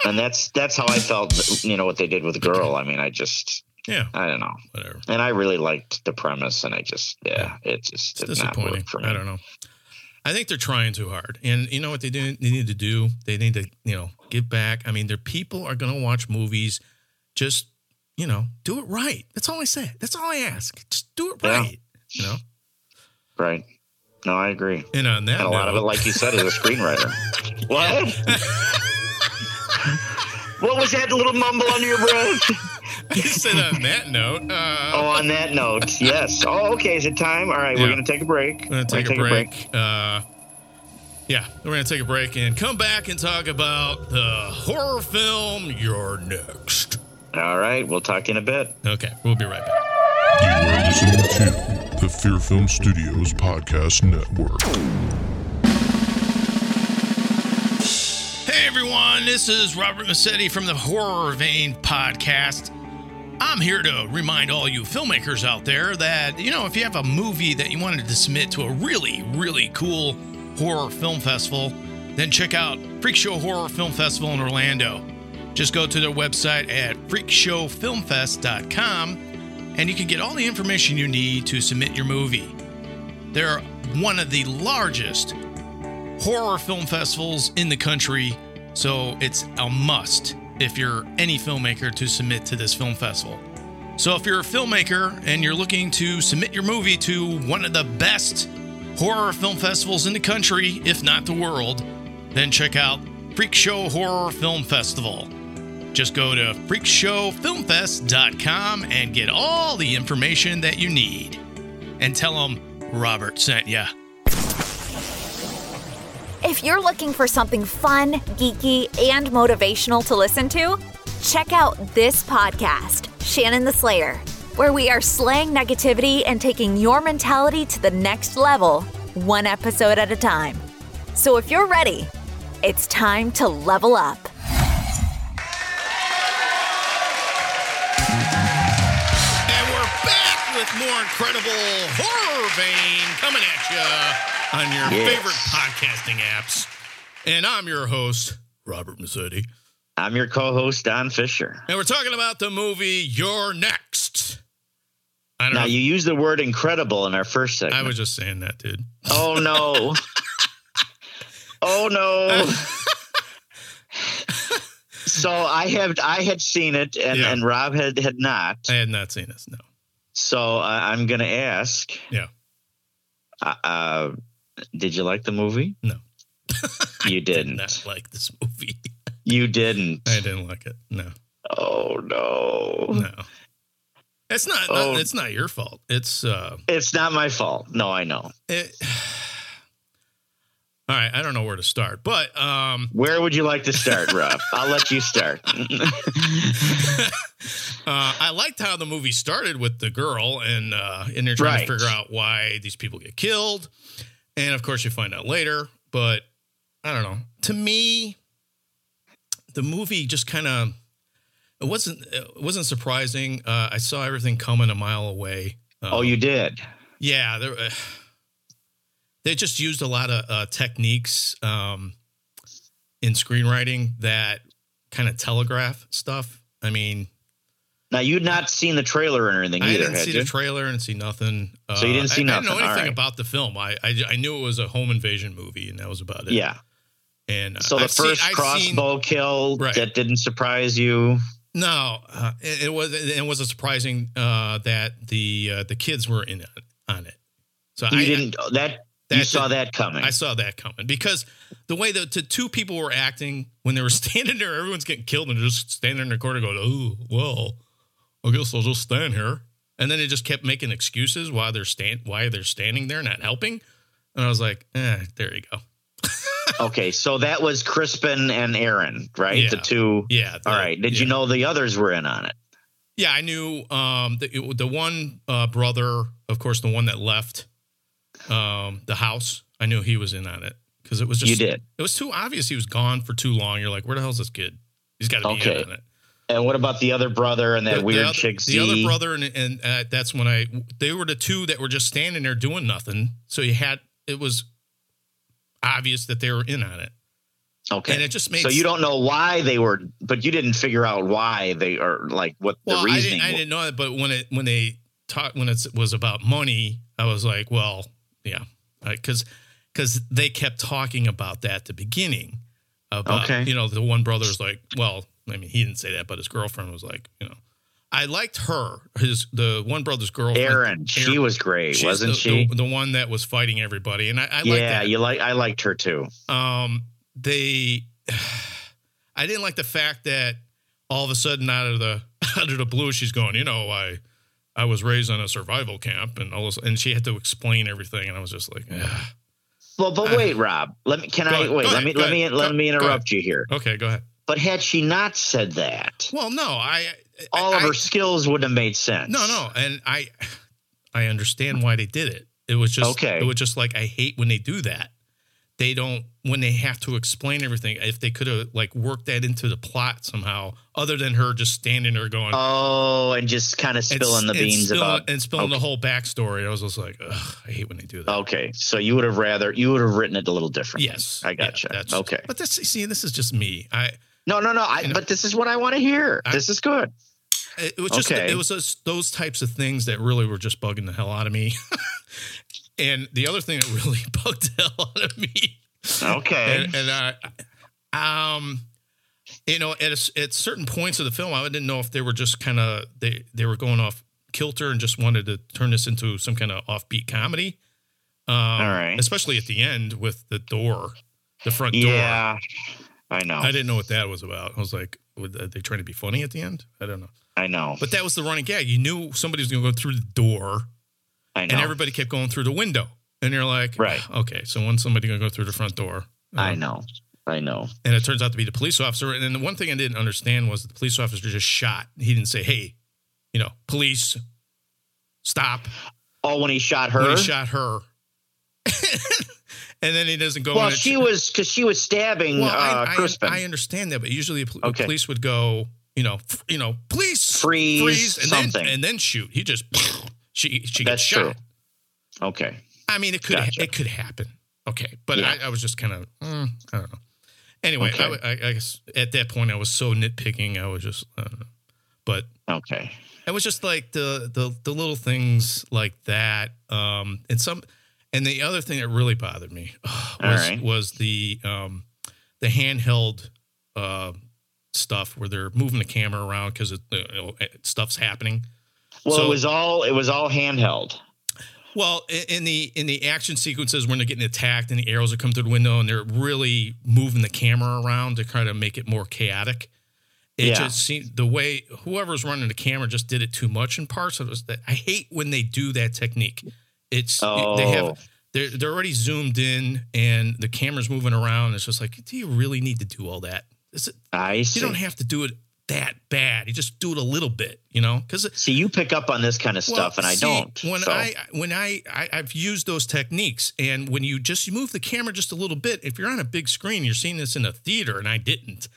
Speaker 4: and that's that's how I felt. You know what they did with Girl. I mean, I just
Speaker 3: Yeah,
Speaker 4: I don't know.
Speaker 3: whatever.
Speaker 4: And I really liked the premise, and I just yeah, it just did
Speaker 3: It's
Speaker 4: not
Speaker 3: disappointing.
Speaker 4: work for me.
Speaker 3: I don't know. I think they're trying too hard. And you know what they do? They need to do. They need to you know give back. I mean, their people are going to watch movies. Just you know, do it right. That's all I say. That's all I ask. Just do it
Speaker 4: Yeah.
Speaker 3: right. You know.
Speaker 4: Right. No, I agree.
Speaker 3: And on that,
Speaker 4: And a lot of it,
Speaker 3: note-
Speaker 4: like you said, is a screenwriter. what? what was that little mumble under your breath?
Speaker 3: said on that note, uh,
Speaker 4: Oh, on that note, yes. Oh, okay. Is it time? All right,
Speaker 3: Yeah.
Speaker 4: we're gonna take a break.
Speaker 3: We're gonna take, a, break. Uh, yeah, we're gonna take a break and come back and talk about the horror film You're Next.
Speaker 4: All right, we'll talk in a bit.
Speaker 3: Okay, we'll be right back.
Speaker 1: You are listening to the Fear Film Studios Podcast Network.
Speaker 3: Hey everyone, this is Robert Massetti from the Horror Vein podcast. I'm here to remind all you filmmakers out there that, you know, if you have a movie that you wanted to submit to a really, really cool horror film festival, then check out Freak Show Horror Film Festival in Orlando. Just go to their website at freakshowfilmfest.com and you can get all the information you need to submit your movie. They're one of the largest horror film festivals in the country, so it's a must if you're any filmmaker to submit to this film festival. So, if you're a filmmaker and you're looking to submit your movie to one of the best horror film festivals in the country, if not the world, then check out Freak Show Horror Film Festival. Just go to freakshowfilmfest.com and get all the information that you need. And tell them Robert sent ya.
Speaker 5: If you're looking for something fun, geeky, and motivational to listen to, check out this podcast, Shannon the Slayer, where we are slaying negativity and taking your mentality to the next level, one episode at a time. So if you're ready, it's time to level up.
Speaker 3: And we're back with more incredible horror vein coming at you on your
Speaker 4: Yes.
Speaker 3: favorite podcasting apps. And I'm your host, Robert Mazzetti.
Speaker 4: I'm your co-host Don Fisher.
Speaker 3: And we're talking about the movie You're Next. I don't
Speaker 4: Now
Speaker 3: know.
Speaker 4: you used the word incredible in our first segment.
Speaker 3: I was just saying that, dude.
Speaker 4: Oh no. oh no. so I have I had seen it and,
Speaker 3: Yeah.
Speaker 4: and Rob had had not.
Speaker 3: I had not seen this. No.
Speaker 4: So I, I'm gonna ask.
Speaker 3: Yeah.
Speaker 4: Uh, uh, did you like the movie?
Speaker 3: No.
Speaker 4: You didn't.
Speaker 3: Not like this movie.
Speaker 4: you didn't.
Speaker 3: I didn't like it. No.
Speaker 4: Oh no.
Speaker 3: No. It's not,
Speaker 4: Oh.
Speaker 3: it's not your fault. It's uh
Speaker 4: It's not my fault. No, I know.
Speaker 3: it, All right, I don't know where to start. But um
Speaker 4: Where would you like to start, Rob? I'll let you start.
Speaker 3: Uh, I liked how the movie started with the girl, and uh, and you're trying to
Speaker 4: Right.
Speaker 3: figure out why these people get killed, and of course you find out later. But I don't know. To me, the movie just kind of it wasn't it wasn't surprising. Uh, I saw everything coming a mile away. Um,
Speaker 4: oh, you did.
Speaker 3: yeah, there, uh, they just used a lot of uh, techniques um, in screenwriting that kind of telegraph stuff. I mean,
Speaker 4: Now you'd not seen the trailer or anything
Speaker 3: I
Speaker 4: either,
Speaker 3: didn't
Speaker 4: had
Speaker 3: see
Speaker 4: you?
Speaker 3: the trailer and see nothing. Uh,
Speaker 4: So you didn't see
Speaker 3: I, I
Speaker 4: nothing,
Speaker 3: didn't know
Speaker 4: all
Speaker 3: anything
Speaker 4: right.
Speaker 3: about the film. I, I I knew it was a home invasion movie, and that was about it.
Speaker 4: yeah.
Speaker 3: And uh,
Speaker 4: So the
Speaker 3: I've seen-
Speaker 4: first
Speaker 3: I've seen-
Speaker 4: crossbow kill
Speaker 3: Right.
Speaker 4: that didn't surprise you.
Speaker 3: no, uh, it, it was it was a surprising uh, that the uh, the kids were in it, on it. So
Speaker 4: You
Speaker 3: I
Speaker 4: didn't that, you
Speaker 3: That
Speaker 4: saw
Speaker 3: did-
Speaker 4: that coming.
Speaker 3: I saw that coming because the way the, the two people were acting when they were standing there, everyone's getting killed, and they're just standing in the corner going, "Oh, well, I guess I'll just stand here." And then it just kept making excuses why they're stand why they're standing there not helping. And I was like, eh, "There you go."
Speaker 4: okay, so that was Crispin and Aaron, right? The
Speaker 3: Yeah.
Speaker 4: two.
Speaker 3: Yeah.
Speaker 4: All right. Did you
Speaker 3: yeah.
Speaker 4: know the others were in on it?
Speaker 3: Yeah, I knew um, the, it- the one uh, brother, of course, the one that left um, the house. I knew he was in on it because it was just
Speaker 4: You did.
Speaker 3: It was too obvious he was gone for too long. You're like, where the hell's this kid? He's got to be
Speaker 4: Okay.
Speaker 3: in on it.
Speaker 4: And what about the other brother and that
Speaker 3: the,
Speaker 4: weird
Speaker 3: other,
Speaker 4: chick
Speaker 3: the other
Speaker 4: Z?
Speaker 3: brother, and, and uh, that's when I they were the two that were just standing there doing nothing. So you had it was obvious that they were in on it.
Speaker 4: okay.
Speaker 3: and it just made
Speaker 4: so you
Speaker 3: s-
Speaker 4: don't know why they were, but you didn't figure out why they are like what
Speaker 3: Well,
Speaker 4: the
Speaker 3: I
Speaker 4: reasoning.
Speaker 3: didn't, I
Speaker 4: was.
Speaker 3: didn't know that, but when it when they taught when it was about money, I was like, well, yeah, because because they kept talking about that at the beginning. About,
Speaker 4: Okay.
Speaker 3: You know, the one brother's like, well, I mean, he didn't say that, but his girlfriend was like, you know, I liked her. His the one brother's girlfriend,
Speaker 4: Aaron, she was great,
Speaker 3: she's
Speaker 4: wasn't
Speaker 3: the,
Speaker 4: she?
Speaker 3: The, the one that was fighting everybody, and I, I like
Speaker 4: yeah,
Speaker 3: that.
Speaker 4: you like I liked her too.
Speaker 3: Um, they, I didn't like the fact that all of a sudden out of the out of the blue, she's going, you know, I I was raised on a survival camp and all this, and she had to explain everything, and I was just like, "Ugh."
Speaker 4: Well, but
Speaker 3: Uh,
Speaker 4: wait, Rob. Let me. Can
Speaker 3: go
Speaker 4: I
Speaker 3: ahead,
Speaker 4: wait?
Speaker 3: go
Speaker 4: Let
Speaker 3: ahead,
Speaker 4: me.
Speaker 3: go
Speaker 4: Let me.
Speaker 3: ahead,
Speaker 4: Let
Speaker 3: go-
Speaker 4: me
Speaker 3: go ahead.
Speaker 4: interrupt you here.
Speaker 3: okay, go ahead.
Speaker 4: But had she not said that,
Speaker 3: Well, no, I I-
Speaker 4: all of
Speaker 3: I-
Speaker 4: her skills wouldn't have made sense.
Speaker 3: No, no, and I I understand why they did it. It was just
Speaker 4: Okay.
Speaker 3: It was just like I hate when they do that. They don't when they have to explain everything. If they could have like worked that into the plot somehow, other than her just standing there going,
Speaker 4: Oh, and just kind of
Speaker 3: and
Speaker 4: spilling
Speaker 3: s-
Speaker 4: the
Speaker 3: and
Speaker 4: beans
Speaker 3: spilling-
Speaker 4: about.
Speaker 3: and spilling the whole backstory. I was just like, Ugh, I hate when they do that.
Speaker 4: Okay, so you would have rather you would have written it a little different.
Speaker 3: yes,
Speaker 4: I gotcha.
Speaker 3: Yeah, that's-
Speaker 4: okay.
Speaker 3: but this see, this is just me. I
Speaker 4: No, no, no. I,
Speaker 3: know-
Speaker 4: but this is what I want to hear.
Speaker 3: I-
Speaker 4: this is good.
Speaker 3: it was just
Speaker 4: Okay.
Speaker 3: it was just those types of things that really were just bugging the hell out of me. and the other thing that really bugged the hell out of me,
Speaker 4: Okay.
Speaker 3: and, and I, um. You know, at a s at certain points of the film, I didn't know if they were just kind of they they were going off kilter and just wanted to turn this into some kind of offbeat comedy. Um,
Speaker 4: all right.
Speaker 3: especially at the end with the door, the front door.
Speaker 4: Yeah, I know.
Speaker 3: I didn't know what that was about. I was like, were they trying to be funny at the end? I don't know.
Speaker 4: I know.
Speaker 3: But that was the running gag. You knew somebody was going to go through the door,
Speaker 4: I
Speaker 3: and
Speaker 4: know.
Speaker 3: everybody kept going through the window. And you're like,
Speaker 4: Right.
Speaker 3: okay, so when's somebody going to go through the front door?
Speaker 4: I
Speaker 3: Um,
Speaker 4: know. I know.
Speaker 3: And it turns out to be the police officer. And then the one thing I didn't understand was the police officer just shot. He didn't say, hey, you know, police stop
Speaker 4: Oh, when he shot her.
Speaker 3: when he shot her. and then he doesn't go
Speaker 4: well,
Speaker 3: in a-
Speaker 4: she was because she was stabbing
Speaker 3: Well,
Speaker 4: uh,
Speaker 3: I,
Speaker 4: Crispin.
Speaker 3: I, I understand that, but usually the pol-
Speaker 4: Okay.
Speaker 3: police would go, you know, f- you know, police
Speaker 4: Freeze,
Speaker 3: and
Speaker 4: something.
Speaker 3: then and then shoot. He just she she
Speaker 4: That's
Speaker 3: gets shot.
Speaker 4: true. okay.
Speaker 3: I mean, it could
Speaker 4: Gotcha.
Speaker 3: it could happen. Okay, but
Speaker 4: Yeah.
Speaker 3: I, I was just kind of mm, I don't know. Anyway, I
Speaker 4: Okay.
Speaker 3: w- I, I guess at that point I was so nitpicking. I was just, I don't know. but
Speaker 4: Okay.
Speaker 3: it was just like the the the little things like that. Um, and some, and the other thing that really bothered me was
Speaker 4: All right.
Speaker 3: was the um the handheld uh stuff where they're moving the camera around because it, you know, it- stuff's happening.
Speaker 4: Well,
Speaker 3: So-
Speaker 4: it was all it was all handheld.
Speaker 3: Well, i- in the in the action sequences when they're getting attacked and the arrows that come through the window and they're really moving the camera around to kind of make it more chaotic. It
Speaker 4: Yeah.
Speaker 3: just seemed the way whoever's running the camera just did it too much in parts of it. I hate when they do that technique. It's they
Speaker 4: Oh.
Speaker 3: have they're they're already zoomed in and the camera's moving around. It's just like, do you really need to do all that? Is it,
Speaker 4: I see.
Speaker 3: you don't have to do it that bad. You just do it a little bit, you know? Because
Speaker 4: see, you pick up on this kind of stuff, and I
Speaker 3: see,
Speaker 4: don't.
Speaker 3: When
Speaker 4: so.
Speaker 3: I when I, I I've used those techniques, and when you just move the camera just a little bit, if you're on a big screen, you're seeing this in a theater, and I didn't.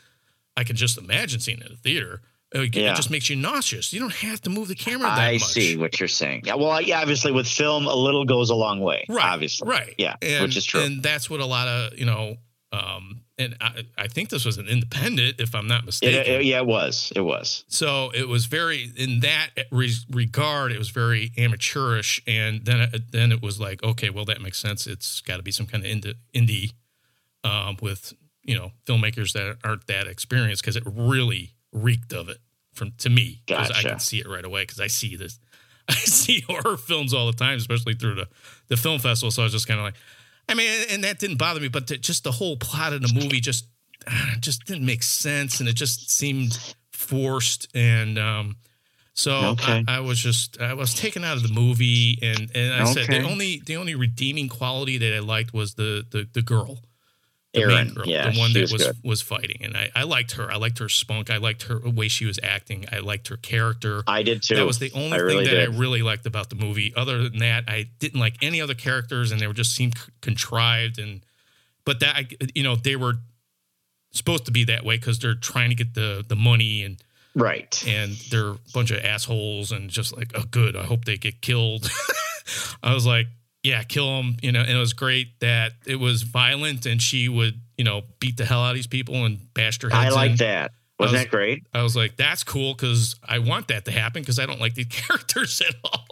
Speaker 3: I can just imagine seeing it in a theater. It,
Speaker 4: Yeah.
Speaker 3: it just makes you nauseous. You don't have to move the camera that
Speaker 4: I
Speaker 3: much.
Speaker 4: see what you're saying. Yeah, well, yeah, obviously with film, a little goes a long way.
Speaker 3: Right.
Speaker 4: Obviously.
Speaker 3: Right.
Speaker 4: Yeah,
Speaker 3: And,
Speaker 4: which is true.
Speaker 3: And that's what a lot of you know. Um, and I, I think this was an independent, if I'm not
Speaker 4: It-
Speaker 3: mistaken.
Speaker 4: it- yeah, it was. It was.
Speaker 3: So it was very in that re- regard, it was very amateurish, and then uh, then it was like, okay, well that makes sense. It's got to be some kind of indie, indie um, with you know filmmakers that aren't that experienced because it really reeked of it from to me 'cause I
Speaker 4: Gotcha.
Speaker 3: can see it right away because I see this, I see horror films all the time, especially through the the film festival. So I was just kind of like, I mean, and that didn't bother me, but the, just the whole plot of the movie just ah, just didn't make sense, and it just seemed forced. And um, so
Speaker 4: Okay.
Speaker 3: I, I was just I was taken out of the movie, and and I said the
Speaker 4: Okay.
Speaker 3: only the only redeeming quality that I liked was the the the girl. The
Speaker 4: Erin,
Speaker 3: main girl,
Speaker 4: yeah,
Speaker 3: the one
Speaker 4: she
Speaker 3: that
Speaker 4: was
Speaker 3: was was,
Speaker 4: good.
Speaker 3: fighting, and I, I liked her. I liked her spunk. I liked her the way she was acting. I liked her character.
Speaker 4: I did too.
Speaker 3: That was the only
Speaker 4: I
Speaker 3: thing
Speaker 4: really
Speaker 3: that
Speaker 4: did.
Speaker 3: I really liked about the movie. Other than that, I didn't like any other characters, and they were just seemed c- contrived. And but that I, you know they were supposed to be that way because they're trying to get the the money and
Speaker 4: Right.
Speaker 3: and they're a bunch of assholes and just like oh good I hope they get killed. I was like yeah kill them you know and it was great that it was violent and she would you know beat the hell out of these people and bash their
Speaker 4: I
Speaker 3: heads. in.
Speaker 4: like that. Wasn't
Speaker 3: was-
Speaker 4: that great?
Speaker 3: I was like that's cool because I want that to happen because I don't like these characters at all.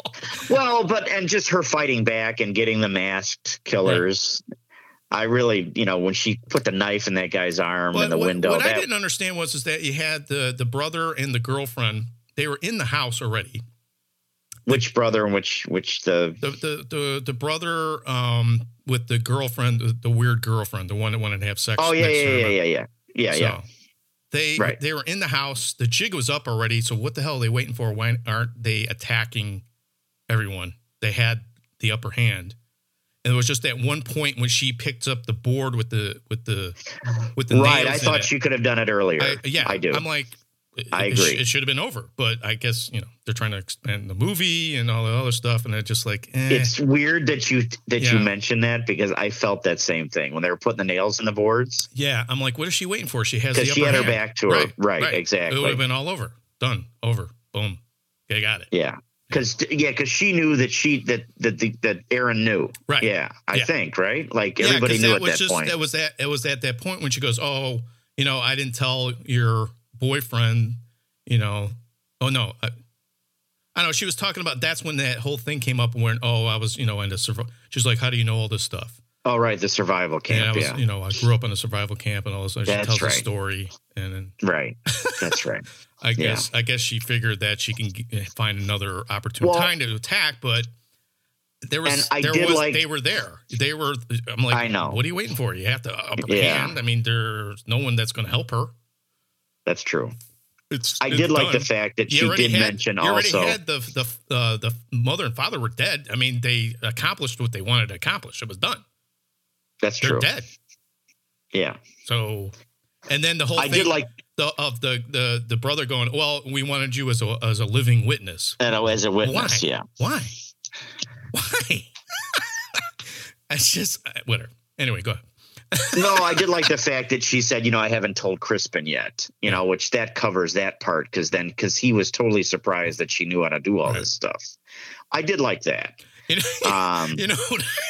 Speaker 4: Well, but and just her fighting back and getting the masked killers. I really, you know, when she put the knife in that guy's arm in the
Speaker 3: what,
Speaker 4: window,
Speaker 3: What I
Speaker 4: that
Speaker 3: didn't understand was is that you had the the brother and the girlfriend. They were in the house already.
Speaker 4: which brother and which which the
Speaker 3: The the the, the brother um, with the girlfriend, the, the weird girlfriend, the one that wanted to have sex.
Speaker 4: oh yeah
Speaker 3: next
Speaker 4: yeah
Speaker 3: to
Speaker 4: yeah
Speaker 3: her.
Speaker 4: yeah yeah yeah
Speaker 3: So,
Speaker 4: yeah.
Speaker 3: They
Speaker 4: Right.
Speaker 3: they were in the house. The jig was up already. So what the hell are they waiting for? Why aren't they attacking everyone? They had the upper hand. And it was just that one point when she picked up the board with the with the with the
Speaker 4: Right,
Speaker 3: nails
Speaker 4: I
Speaker 3: in
Speaker 4: thought
Speaker 3: it.
Speaker 4: you could have done it earlier.
Speaker 3: I, yeah,
Speaker 4: I do.
Speaker 3: I'm like, it-
Speaker 4: I
Speaker 3: it sh-
Speaker 4: agree.
Speaker 3: It, should have been over, but I guess you know they're trying to expand the movie and all the other stuff, and they're just like, eh.
Speaker 4: it's weird that you that
Speaker 3: Yeah.
Speaker 4: you mentioned that because I felt that same thing when they were putting the nails in the boards.
Speaker 3: yeah. I'm like, what is she waiting for? She has the
Speaker 4: 'Cause
Speaker 3: upper
Speaker 4: she had her
Speaker 3: hand.
Speaker 4: back to her. Right,
Speaker 3: It would
Speaker 4: exactly.
Speaker 3: have been all over, done, over, boom. They got it.
Speaker 4: Yeah. Cause yeah, cause she knew that she that that the, that Aaron knew.
Speaker 3: Right.
Speaker 4: Yeah, I
Speaker 3: Yeah.
Speaker 4: think right. Like
Speaker 3: Yeah,
Speaker 4: everybody
Speaker 3: 'cause
Speaker 4: knew
Speaker 3: that
Speaker 4: at
Speaker 3: was
Speaker 4: that
Speaker 3: just,
Speaker 4: point.
Speaker 3: That was that. It was at that point when she goes, "Oh, you know, I didn't tell your boyfriend." You know, oh no, I, I know. She was talking about that's when that whole thing came up. When oh, I was you know into survival. She's like, "How do you know all this stuff?"
Speaker 4: oh right, the survival
Speaker 3: and I
Speaker 4: camp.
Speaker 3: was,
Speaker 4: Yeah.
Speaker 3: you know, I grew up in a survival camp and all this. She
Speaker 4: That's
Speaker 3: tells
Speaker 4: right.
Speaker 3: a story, and then
Speaker 4: Right. That's right.
Speaker 3: I guess I guess she figured that she can g- eh, find another opportune
Speaker 4: Well-
Speaker 3: time to attack, but there was
Speaker 4: And I
Speaker 3: there
Speaker 4: did
Speaker 3: was
Speaker 4: like-
Speaker 3: they were there. They were. I'm like,
Speaker 4: I know.
Speaker 3: What are you waiting for? You have to upper
Speaker 4: Yeah.
Speaker 3: hand. I mean, there's no one that's going to help her.
Speaker 4: That's true.
Speaker 3: It's.
Speaker 4: I
Speaker 3: it's
Speaker 4: did like the
Speaker 3: done.
Speaker 4: fact that
Speaker 3: You
Speaker 4: she
Speaker 3: already
Speaker 4: did
Speaker 3: had-
Speaker 4: mention
Speaker 3: you already
Speaker 4: also.
Speaker 3: had the the uh, the mother and father were dead. I mean, they accomplished what they wanted to accomplish. It was done.
Speaker 4: that's
Speaker 3: They're
Speaker 4: true.
Speaker 3: dead.
Speaker 4: Yeah.
Speaker 3: So, and then the whole
Speaker 4: I
Speaker 3: thing,
Speaker 4: did like
Speaker 3: the, of the, the the brother going, well, we wanted you as a as a living witness.
Speaker 4: And as a witness,
Speaker 3: Why?
Speaker 4: yeah.
Speaker 3: Why? Why? it's just uh, whatever. Anyway, go ahead.
Speaker 4: no, I did like the fact that she said, you know, I haven't told Crispin yet, you know, which that covers that part because then because he was totally surprised that she knew how to do all this stuff. I did like that.
Speaker 3: You know,
Speaker 4: Um,
Speaker 3: you know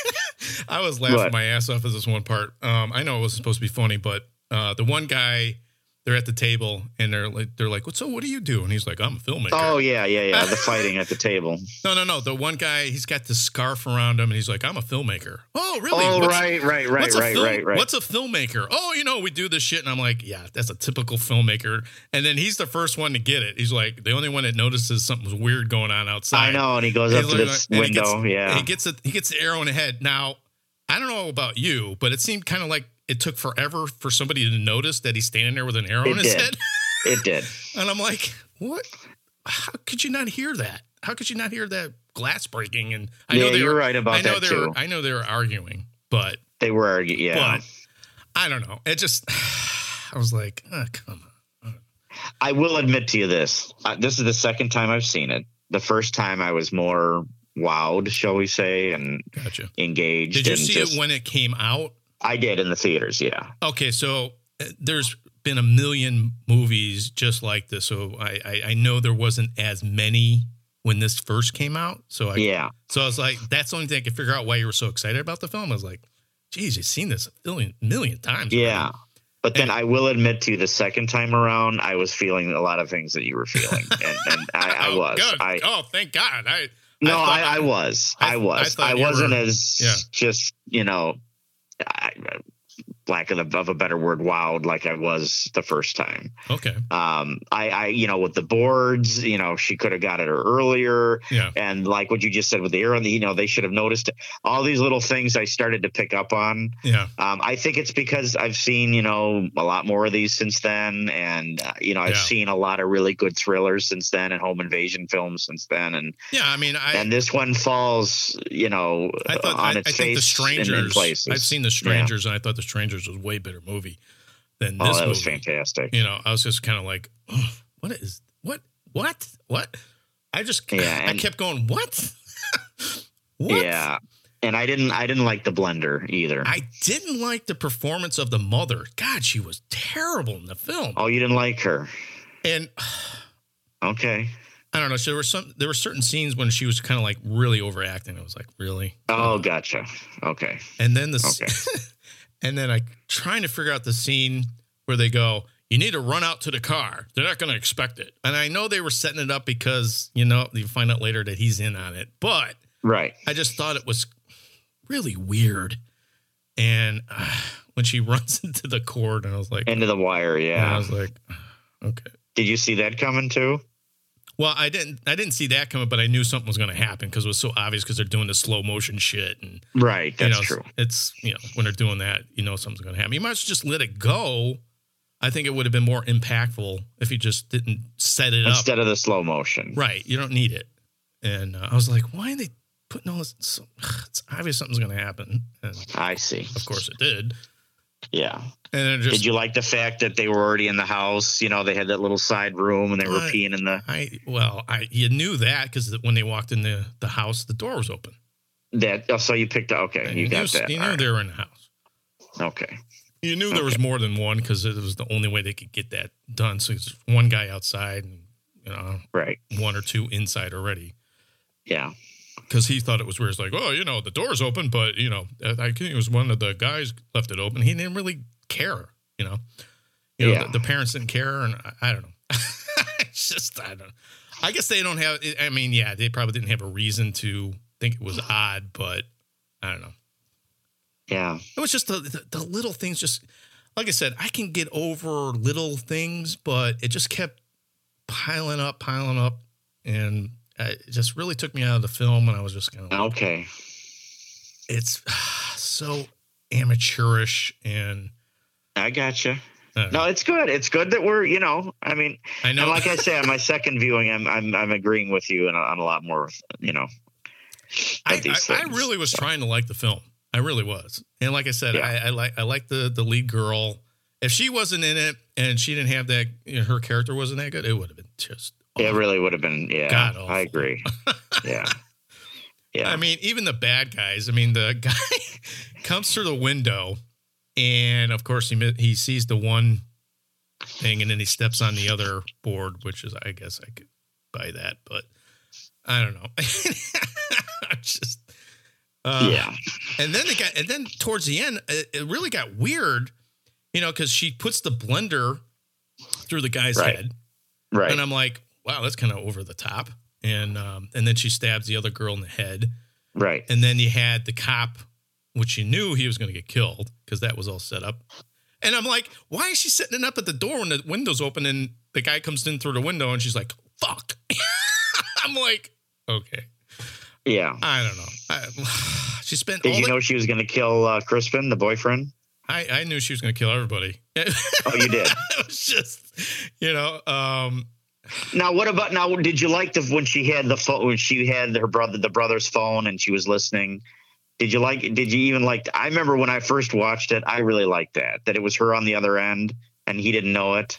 Speaker 3: I was laughing
Speaker 4: What?
Speaker 3: my ass off at this one part. Um, I know it was supposed to be funny, but uh, the one guy, they're at the table and they're like, they're like, "What? So what do you do?" And he's like, "I'm a filmmaker."
Speaker 4: oh yeah, yeah, yeah. The fighting at the table.
Speaker 3: No, no, no. The one guy, he's got the scarf around him, and he's like, "I'm a filmmaker." Oh, really?
Speaker 4: Oh
Speaker 3: What's-
Speaker 4: right, right, right,
Speaker 3: what's a
Speaker 4: right,
Speaker 3: film-
Speaker 4: right, right.
Speaker 3: What's a filmmaker? Oh, you know, we do this shit, and I'm like, yeah, that's a typical filmmaker. And then he's the first one to get it. He's like the only one that notices something's weird going on outside.
Speaker 4: I know, and he goes
Speaker 3: He's
Speaker 4: up to
Speaker 3: looking
Speaker 4: this
Speaker 3: like- and he
Speaker 4: window.
Speaker 3: gets-
Speaker 4: yeah,
Speaker 3: He gets a, he gets the arrow in the head. Now, I don't know about you, but it seemed kind of like it took forever for somebody to notice that he's standing there with an arrow
Speaker 4: It
Speaker 3: in his
Speaker 4: did.
Speaker 3: head.
Speaker 4: it did.
Speaker 3: And I'm like, what? How could you not hear that? How could you not hear that glass breaking? And I know
Speaker 4: Yeah,
Speaker 3: they
Speaker 4: you're
Speaker 3: were,
Speaker 4: right about
Speaker 3: I know
Speaker 4: that,
Speaker 3: they
Speaker 4: too.
Speaker 3: were, I know they were arguing, but
Speaker 4: They were, argu- yeah.
Speaker 3: but I don't know. It just, I was like, oh, come on.
Speaker 4: I will admit to you this. Uh, this is the second time I've seen it. The first time I was more wowed, shall we say, and
Speaker 3: Gotcha.
Speaker 4: engaged.
Speaker 3: Did you
Speaker 4: and
Speaker 3: see
Speaker 4: just,
Speaker 3: it when it came out?
Speaker 4: I did in the theaters? Yeah.
Speaker 3: Okay, so uh, there's been a million movies just like this. So I, I, I know there wasn't as many when this first came out. So I,
Speaker 4: Yeah.
Speaker 3: so I was like, that's the only thing I could figure out why you were so excited about the film. I was like, geez, you've seen this a million, million times. already.
Speaker 4: Yeah. But then I will admit to you, the second time around, I was feeling a lot of things that you were feeling, and, and I, I
Speaker 3: Oh,
Speaker 4: was.
Speaker 3: Good.
Speaker 4: I
Speaker 3: oh, thank God. I
Speaker 4: no,
Speaker 3: thought-
Speaker 4: I, I, was,
Speaker 3: I-
Speaker 4: I,
Speaker 3: I
Speaker 4: was,
Speaker 3: thought
Speaker 4: I,
Speaker 3: you
Speaker 4: wasn't
Speaker 3: were-
Speaker 4: as
Speaker 3: yeah.
Speaker 4: just you know, I, lack of, the, of a better word, wowed like I was the first time.
Speaker 3: Okay.
Speaker 4: um i i you know with the boards you know she could have got it earlier
Speaker 3: Yeah.
Speaker 4: and like what you just said with the air on the you know they should have noticed it. all these little things i started to pick up on
Speaker 3: Yeah.
Speaker 4: um i think it's because i've seen you know a lot more of these since then and uh, you know i've
Speaker 3: Yeah.
Speaker 4: seen a lot of really good thrillers since then and home invasion films since then and
Speaker 3: Yeah. I mean, I,
Speaker 4: and this one falls you know
Speaker 3: I thought
Speaker 4: on
Speaker 3: I,
Speaker 4: its
Speaker 3: I think
Speaker 4: face
Speaker 3: the
Speaker 4: in-
Speaker 3: strangers.
Speaker 4: in, places
Speaker 3: I've seen the strangers, and I thought the strangers was a way better movie than
Speaker 4: oh
Speaker 3: this
Speaker 4: that
Speaker 3: movie.
Speaker 4: was fantastic
Speaker 3: You know, I was just kind of like, "Ugh, what is what what what? I just
Speaker 4: Yeah,
Speaker 3: I
Speaker 4: and-
Speaker 3: kept going what what.
Speaker 4: yeah and i didn't i didn't like the blender either
Speaker 3: I didn't like the performance of the mother. God, she was terrible in the film.
Speaker 4: oh you didn't like her
Speaker 3: And
Speaker 4: Okay.
Speaker 3: I don't know. So there were some there were certain scenes when she was kind of like really overacting. I was like, really?
Speaker 4: Oh, gotcha. Okay.
Speaker 3: And then the s-
Speaker 4: Okay.
Speaker 3: and then I trying to figure out the scene where they go, you need to run out to the car. They're not going to expect it. And I know they were setting it up because you know you find out later that he's in on it. But
Speaker 4: Right.
Speaker 3: I just thought it was really weird. And uh, when she runs into the cord, and I was like,
Speaker 4: End of the wire.
Speaker 3: and I
Speaker 4: Yeah.
Speaker 3: was like, okay.
Speaker 4: Did you see that coming too?
Speaker 3: Well, I didn't. I didn't see that coming, but I knew something was going to happen because it was so obvious because they're doing the slow motion shit, and
Speaker 4: Right. That's
Speaker 3: you know,
Speaker 4: true.
Speaker 3: It's you know when they're doing that, you know something's going to happen. You might as well just let it go. I think it would have been more impactful if you just didn't set it up.
Speaker 4: Instead of the slow motion.
Speaker 3: Right, you don't need it. And uh, I was like, why are they putting all this? so- It's obvious something's going to happen. And
Speaker 4: I see.
Speaker 3: of course, it did.
Speaker 4: Yeah.
Speaker 3: And it just
Speaker 4: Did you like the fact that they were already in the house? You know, they had that little side room and they were
Speaker 3: Uh,
Speaker 4: peeing in the.
Speaker 3: I well, I you knew that because when they walked in the the house, the door was open.
Speaker 4: That. Oh, so you picked up. Okay.
Speaker 3: And
Speaker 4: you
Speaker 3: knew,
Speaker 4: got that.
Speaker 3: You
Speaker 4: All
Speaker 3: knew
Speaker 4: right.
Speaker 3: they were in the house.
Speaker 4: Okay.
Speaker 3: You knew there was more than one because it was the only way they could get that done. So it's one guy outside, and you know,
Speaker 4: Right.
Speaker 3: one or two inside already
Speaker 4: Yeah.
Speaker 3: because he thought it was weird. It's like, oh, you know, the door's open, but you know, I I think it was one of the guys left it open. He didn't really care, you know. You know,
Speaker 4: Yeah.
Speaker 3: the, the parents didn't care, and I, I don't know. it's just I don't. I guess they don't have. I mean, yeah, they probably didn't have a reason to think it was odd, but I don't know.
Speaker 4: Yeah.
Speaker 3: It was just the, the, the little things. Just like I said, I can get over little things, but it just kept piling up, piling up, and uh, it just really took me out of the film. And I was just kind of like,
Speaker 4: Okay.
Speaker 3: it's so amateurish, and
Speaker 4: I gotcha.
Speaker 3: I don't know.
Speaker 4: No, it's good. It's good that we're, you know, I mean,
Speaker 3: I know.
Speaker 4: and like I say, on my second viewing, I'm, I'm, I'm agreeing with you and on a lot more, you know,
Speaker 3: I,
Speaker 4: of these
Speaker 3: I, I
Speaker 4: things.
Speaker 3: really was trying to like the film. I really was, and like I said,
Speaker 4: Yeah.
Speaker 3: I, I like I like the the lead girl. If she wasn't in it and she didn't have that, you know, her character wasn't that good, it would have been just.
Speaker 4: It really would have been. Yeah,
Speaker 3: God awful.
Speaker 4: I agree. Yeah, yeah.
Speaker 3: I mean, even the bad guys. I mean, the guy comes through the window, and of course he mi- he sees the one thing, and then he steps on the other board, which is, I guess, I could buy that, but I don't know. I just uh,
Speaker 4: yeah.
Speaker 3: and then it got, and then towards the end, it, it really got weird, you know, because she puts the blender through the guy's
Speaker 4: Right.
Speaker 3: head,
Speaker 4: Right.
Speaker 3: and I'm like, wow, that's kind of over the top. And um, and then she stabs the other girl in the head,
Speaker 4: right.
Speaker 3: and then you had the cop, which you knew he was going to get killed because that was all set up. And I'm like, why is she sitting up at the door when the window's open and the guy comes in through the window and she's like, fuck. I'm like, okay,
Speaker 4: Yeah.
Speaker 3: I don't know. I, she spent
Speaker 4: Did
Speaker 3: all
Speaker 4: you
Speaker 3: the
Speaker 4: know she was going to kill uh, Crispin, the boyfriend?
Speaker 3: I, I knew she was going to kill everybody. it
Speaker 4: Oh, you did.
Speaker 3: was just, you know, um,
Speaker 4: now, what about now? Did you like the when she had the phone? When she had her brother, the brother's phone, and she was listening. Did you like? Did you even like? I remember when I first watched it. I really liked that. That it was her on the other end, and he didn't know it.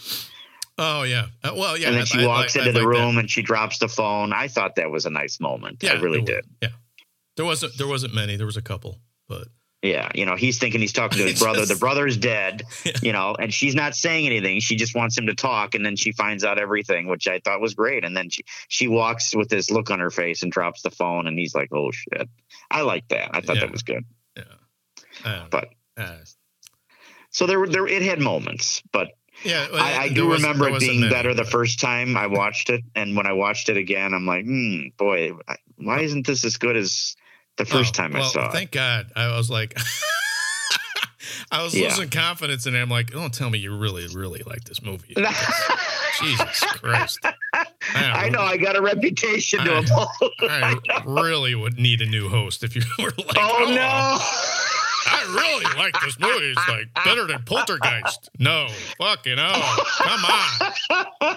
Speaker 3: oh yeah. Uh, well, yeah.
Speaker 4: and
Speaker 3: I-
Speaker 4: then she
Speaker 3: I-
Speaker 4: walks
Speaker 3: I- I
Speaker 4: into the
Speaker 3: like that.
Speaker 4: room and she drops the phone. I thought that was a nice moment. I really
Speaker 3: there were-
Speaker 4: did.
Speaker 3: Yeah. There wasn't, there wasn't many, there was a couple, but
Speaker 4: Yeah, you know, he's thinking he's talking to his
Speaker 3: It's
Speaker 4: brother.
Speaker 3: just-
Speaker 4: the brother's dead, you know, and she's not saying anything. She just wants him to talk, and then she finds out everything, which I thought was great. And then she she walks with this look on her face and drops the phone, and he's like, "Oh shit!" I like that. I thought
Speaker 3: Yeah.
Speaker 4: that was good.
Speaker 3: I don't know.
Speaker 4: But-
Speaker 3: uh,
Speaker 4: So there were there it had moments, but
Speaker 3: yeah, well,
Speaker 4: I, I
Speaker 3: there
Speaker 4: do
Speaker 3: wasn't-
Speaker 4: remember
Speaker 3: there
Speaker 4: it
Speaker 3: wasn't
Speaker 4: being
Speaker 3: many,
Speaker 4: better the
Speaker 3: but-
Speaker 4: first time I watched it, and when I watched it again, I'm like, hmm, boy, I- why isn't this as good as the first
Speaker 3: Oh,
Speaker 4: time
Speaker 3: well,
Speaker 4: I saw it?
Speaker 3: Thank God. I was like, I was
Speaker 4: Yeah.
Speaker 3: losing confidence and I'm like, don't tell me you really, really like this movie. Jesus Christ.
Speaker 4: I know I got a reputation to
Speaker 3: I-
Speaker 4: uphold.
Speaker 3: I really would need a new host if you were like,
Speaker 4: Oh
Speaker 3: I really like this movie. It's like better than Poltergeist. No, fucking oh, come on.
Speaker 4: no!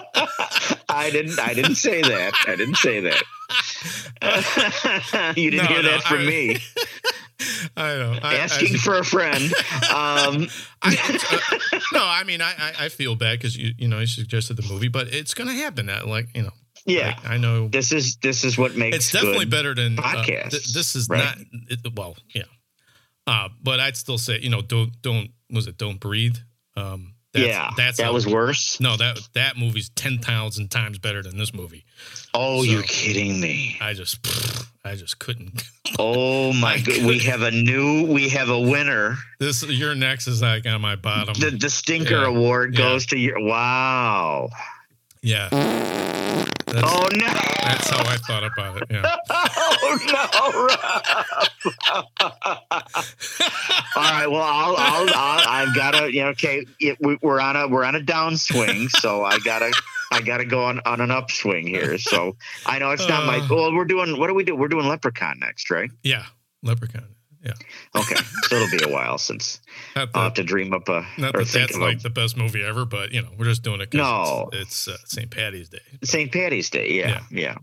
Speaker 4: I didn't. I didn't say that. I didn't say that. you didn't
Speaker 3: No,
Speaker 4: hear
Speaker 3: no,
Speaker 4: that from
Speaker 3: I-
Speaker 4: me.
Speaker 3: I know. I,
Speaker 4: Asking
Speaker 3: I,
Speaker 4: for a friend. Um,
Speaker 3: I- uh, no, I mean, I, I, I feel bad because you, you know, you suggested the movie, but it's gonna happen. Uh, Like, you know,
Speaker 4: yeah,
Speaker 3: like, I know.
Speaker 4: this is this is what makes
Speaker 3: It's definitely
Speaker 4: good.
Speaker 3: better than uh,
Speaker 4: podcasts,
Speaker 3: th- this is
Speaker 4: right?
Speaker 3: not. It, well, yeah. Uh, but I'd still say, you know, don't don't was it? Don't breathe. Um,
Speaker 4: yeah,
Speaker 3: that's
Speaker 4: that
Speaker 3: a-
Speaker 4: was worse.
Speaker 3: No, that that movie's ten thousand times better than this movie.
Speaker 4: Oh,
Speaker 3: So-
Speaker 4: you're kidding me!
Speaker 3: I just, I just couldn't.
Speaker 4: Oh my
Speaker 3: I
Speaker 4: god, we
Speaker 3: couldn't-
Speaker 4: have a new, we have a winner.
Speaker 3: This your next is like on my bottom.
Speaker 4: The the stinker
Speaker 3: Yeah,
Speaker 4: award
Speaker 3: yeah.
Speaker 4: goes to your. Wow.
Speaker 3: yeah. That's,
Speaker 4: Oh no!
Speaker 3: that's how I thought about it. Yeah.
Speaker 4: Oh no, Rob. All right. Well, I'll, I'll, I'll I've got to. You know, okay, it, we, we're on a we're on a downswing, so I gotta I gotta go on on an upswing here. So I know it's not my.
Speaker 3: Uh.
Speaker 4: Well, we're doing what do we do? We're doing Leprechaun next, right?
Speaker 3: Yeah. Leprechaun. Yeah.
Speaker 4: Okay, so it'll be a while since
Speaker 3: Not
Speaker 4: I'll
Speaker 3: that,
Speaker 4: have to dream up a
Speaker 3: not
Speaker 4: Uh, or
Speaker 3: that
Speaker 4: think
Speaker 3: that's
Speaker 4: of
Speaker 3: like
Speaker 4: a
Speaker 3: the best movie ever, but you know, we're just doing it. 'cause
Speaker 4: No.
Speaker 3: It's, it's uh, St. Patty's Day.
Speaker 4: St. Patty's Day. Yeah, yeah.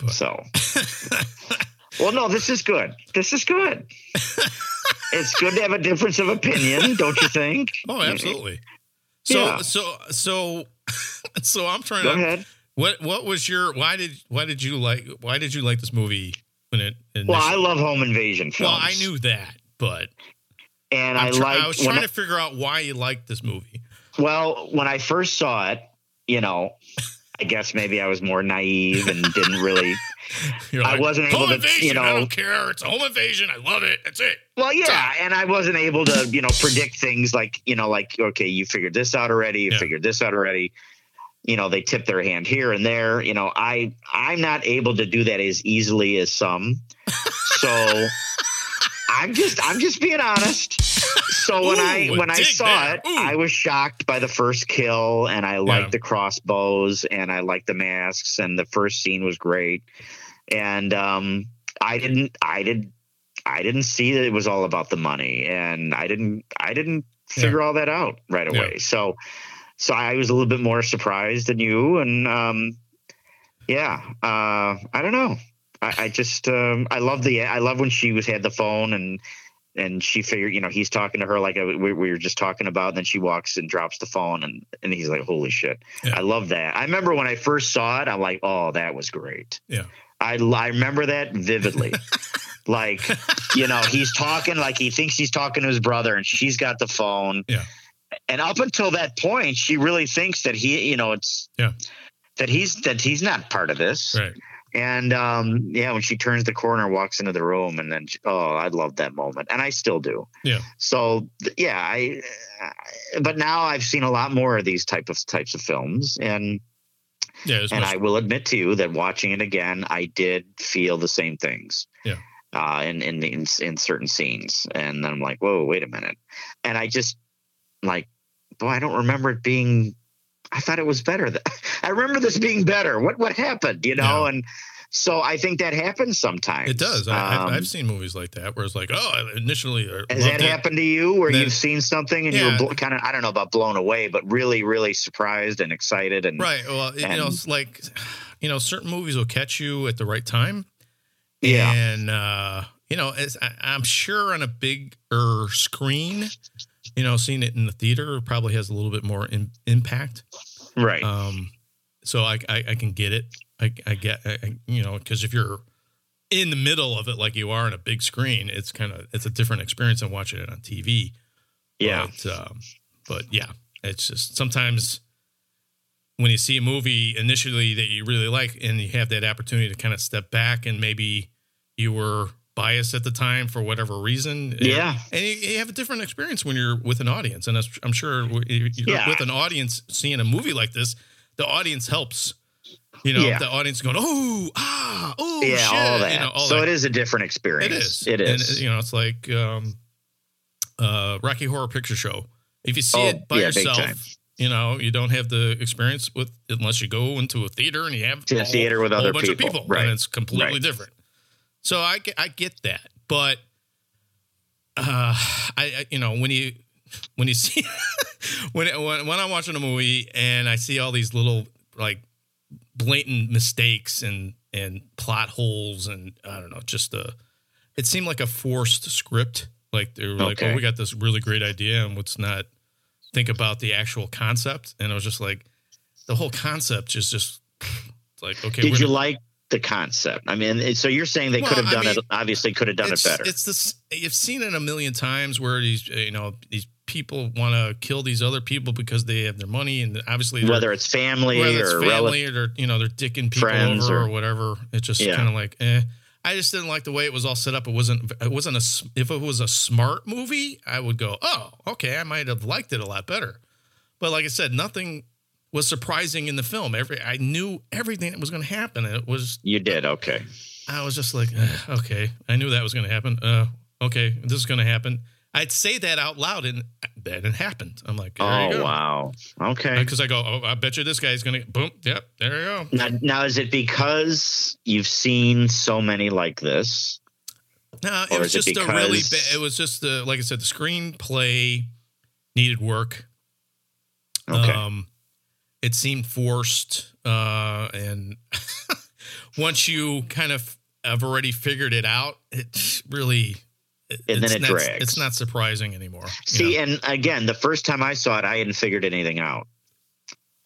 Speaker 3: But-
Speaker 4: So, well, no, this is good. This is good. it's good to have a difference of opinion, don't you think?
Speaker 3: Oh, absolutely. So,
Speaker 4: Mm-hmm. Yeah.
Speaker 3: so, so, so I'm trying
Speaker 4: Go
Speaker 3: to,
Speaker 4: ahead.
Speaker 3: what, what was your, why did, why did you like, why did you like this movie when it, initially?
Speaker 4: Well, I love home invasion films.
Speaker 3: well, I knew that, but
Speaker 4: and
Speaker 3: I'm
Speaker 4: I
Speaker 3: try-
Speaker 4: like.
Speaker 3: I was trying to figure out why you liked this movie.
Speaker 4: Well, when I first saw it, you know, I guess maybe I was more naive and didn't really.
Speaker 3: You're
Speaker 4: I wasn't able
Speaker 3: home
Speaker 4: to,
Speaker 3: invasion.
Speaker 4: you
Speaker 3: I
Speaker 4: know-
Speaker 3: don't care. It's a home invasion. I love it. That's it.
Speaker 4: Well, yeah, and I wasn't able to, you know, predict things like, you know, like okay, you figured this out already, you
Speaker 3: Yeah.
Speaker 4: figured this out already. You know, they tip their hand here and there. You know, I I'm not able to do that as easily as some. So I'm just I'm just being honest. So when I
Speaker 3: Ooh,
Speaker 4: when I
Speaker 3: dig
Speaker 4: saw
Speaker 3: that.
Speaker 4: it,
Speaker 3: Ooh.
Speaker 4: I was shocked by the first kill, and I liked
Speaker 3: Yeah.
Speaker 4: the crossbows, and I liked the masks, and the first scene was great. And um, I didn't I did I didn't see that it was all about the money, and I didn't I didn't figure all that out right
Speaker 3: Yeah.
Speaker 4: away. So so I was a little bit more surprised than you, and um, yeah, uh, I don't know. I, I just um, I love the I love when she was had the phone and and she figured, you know, he's talking to her like uh, we, we were just talking about. And then she walks and drops the phone, and, and he's like, "Holy shit!"
Speaker 3: Yeah.
Speaker 4: I love that. I remember when I first saw it, I'm like, "Oh, that was great."
Speaker 3: Yeah.
Speaker 4: I I remember that vividly. like, you know, he's talking like he thinks he's talking to his brother, and she's got the phone.
Speaker 3: Yeah.
Speaker 4: And up until that point, she really thinks that he, you know, it's
Speaker 3: Yeah.
Speaker 4: that he's that he's not part of this.
Speaker 3: Right.
Speaker 4: And um, yeah, when she turns the corner, walks into the room, and then she- oh, I love that moment, and I still do.
Speaker 3: Yeah.
Speaker 4: So th- yeah, I. I- But now I've seen a lot more of these type of types of films, and
Speaker 3: Yeah. It was
Speaker 4: and
Speaker 3: much-
Speaker 4: I will admit to you that watching it again, I did feel the same things.
Speaker 3: Yeah.
Speaker 4: Uh, in, in in in certain scenes, and then I'm like, whoa, wait a minute, and I just like, boy, I don't remember it being. I thought it was better. th- I remember this being better. What what happened? You know, and so I think that happens sometimes.
Speaker 3: it does. I,
Speaker 4: Um,
Speaker 3: I've, I've seen movies like that where it's like, oh, initially. I
Speaker 4: has
Speaker 3: loved
Speaker 4: that
Speaker 3: it.
Speaker 4: happened to you where
Speaker 3: That-
Speaker 4: you've seen something and
Speaker 3: Yeah.
Speaker 4: you're blo- kind of I don't know about blown away, but really really surprised and excited and
Speaker 3: Right. Well, you know,
Speaker 4: And-
Speaker 3: it's like, you know, certain movies will catch you at the right time.
Speaker 4: Yeah.
Speaker 3: And, uh, you know, it's, I, I'm sure on a bigger screen, you know, seeing it in the theater probably has a little bit more in, impact.
Speaker 4: right.
Speaker 3: Um, so I, I, I can get it. I, I get, I, I- you know, because if you're in the middle of it like you are on a big screen, it's kind of, it's a different experience than watching it on TV.
Speaker 4: yeah.
Speaker 3: But, um, but yeah, it's just sometimes when you see a movie initially that you really like and you have that opportunity to kind of step back and maybe you were biased at the time for whatever reason.
Speaker 4: Yeah.
Speaker 3: And you, you have a different experience when you're with an audience. And that's, I'm sure w- if you're
Speaker 4: Yeah.
Speaker 3: with an audience seeing a movie like this, the audience helps. You know,
Speaker 4: Yeah.
Speaker 3: the audience going, oh, ah, oh,
Speaker 4: yeah,
Speaker 3: shit,"
Speaker 4: all that.
Speaker 3: You know, all
Speaker 4: so
Speaker 3: that.
Speaker 4: it is a different
Speaker 3: It
Speaker 4: experience.
Speaker 3: is.
Speaker 4: It is.
Speaker 3: And, uh, you know, it's like um, uh, Rocky Horror Picture Show. If you see
Speaker 4: Oh,
Speaker 3: it by
Speaker 4: yeah, big
Speaker 3: yourself,
Speaker 4: time.
Speaker 3: you know, you don't have the experience with unless you go into a theater and you have
Speaker 4: To a theater with
Speaker 3: whole
Speaker 4: other
Speaker 3: bunch
Speaker 4: people.
Speaker 3: of people,
Speaker 4: Right.
Speaker 3: and it's completely
Speaker 4: Right.
Speaker 3: different. So I get, I get that, but uh, I, I you know when you when you see when, when when I'm watching a movie and I see all these little like blatant mistakes and and plot holes and I don't know, just a it seemed like a forced script. Like they were like,
Speaker 4: Okay.
Speaker 3: oh, we got this really great idea and let's not think about the actual concept. And I was just like, the whole concept is just it's like okay.
Speaker 4: Did
Speaker 3: we're
Speaker 4: you
Speaker 3: gonna-
Speaker 4: like the concept? I mean, it- so you're saying they
Speaker 3: Well,
Speaker 4: could have
Speaker 3: I
Speaker 4: done it.
Speaker 3: mean,
Speaker 4: Obviously, could have done it
Speaker 3: it's,
Speaker 4: better.
Speaker 3: It's this you've seen it a million times where these you know these people want to kill these other people because they have their money and obviously they're-
Speaker 4: Whether it's family
Speaker 3: whether it's
Speaker 4: or
Speaker 3: family
Speaker 4: relatives.
Speaker 3: or they're, you know they're dicking people
Speaker 4: friends
Speaker 3: over or,
Speaker 4: or-
Speaker 3: whatever. It's just
Speaker 4: Yeah.
Speaker 3: kind of like eh. I just didn't like the way it was all set up. It wasn't. It wasn't a. s- If it was a smart movie, I would go, oh, okay, I might have liked it a lot better. But like I said, nothing was surprising in the film. Every I knew everything that was going to happen. and It was.
Speaker 4: You did okay.
Speaker 3: I was just like, eh, okay, I knew that was going to happen. Uh, okay, this is going to happen. I'd say that out loud, and then it happened. I'm like, there you
Speaker 4: Oh
Speaker 3: go.
Speaker 4: wow. Okay.
Speaker 3: Because I go, oh, I bet you this guy's going to boom. Yep, there you go.
Speaker 4: Now, now, is it because you've seen so many like this?
Speaker 3: No, it
Speaker 4: Or
Speaker 3: was
Speaker 4: is
Speaker 3: just
Speaker 4: it
Speaker 3: a really.
Speaker 4: because-
Speaker 3: Ba- it was just the like I said, the screenplay needed work.
Speaker 4: Okay.
Speaker 3: Um, it seemed forced, uh, and once you kind of have already figured it out, it really.
Speaker 4: And then
Speaker 3: it's
Speaker 4: it
Speaker 3: not,
Speaker 4: drags.
Speaker 3: It's not surprising anymore. you
Speaker 4: See,
Speaker 3: know?
Speaker 4: and again, the first time I saw it, I hadn't figured anything out.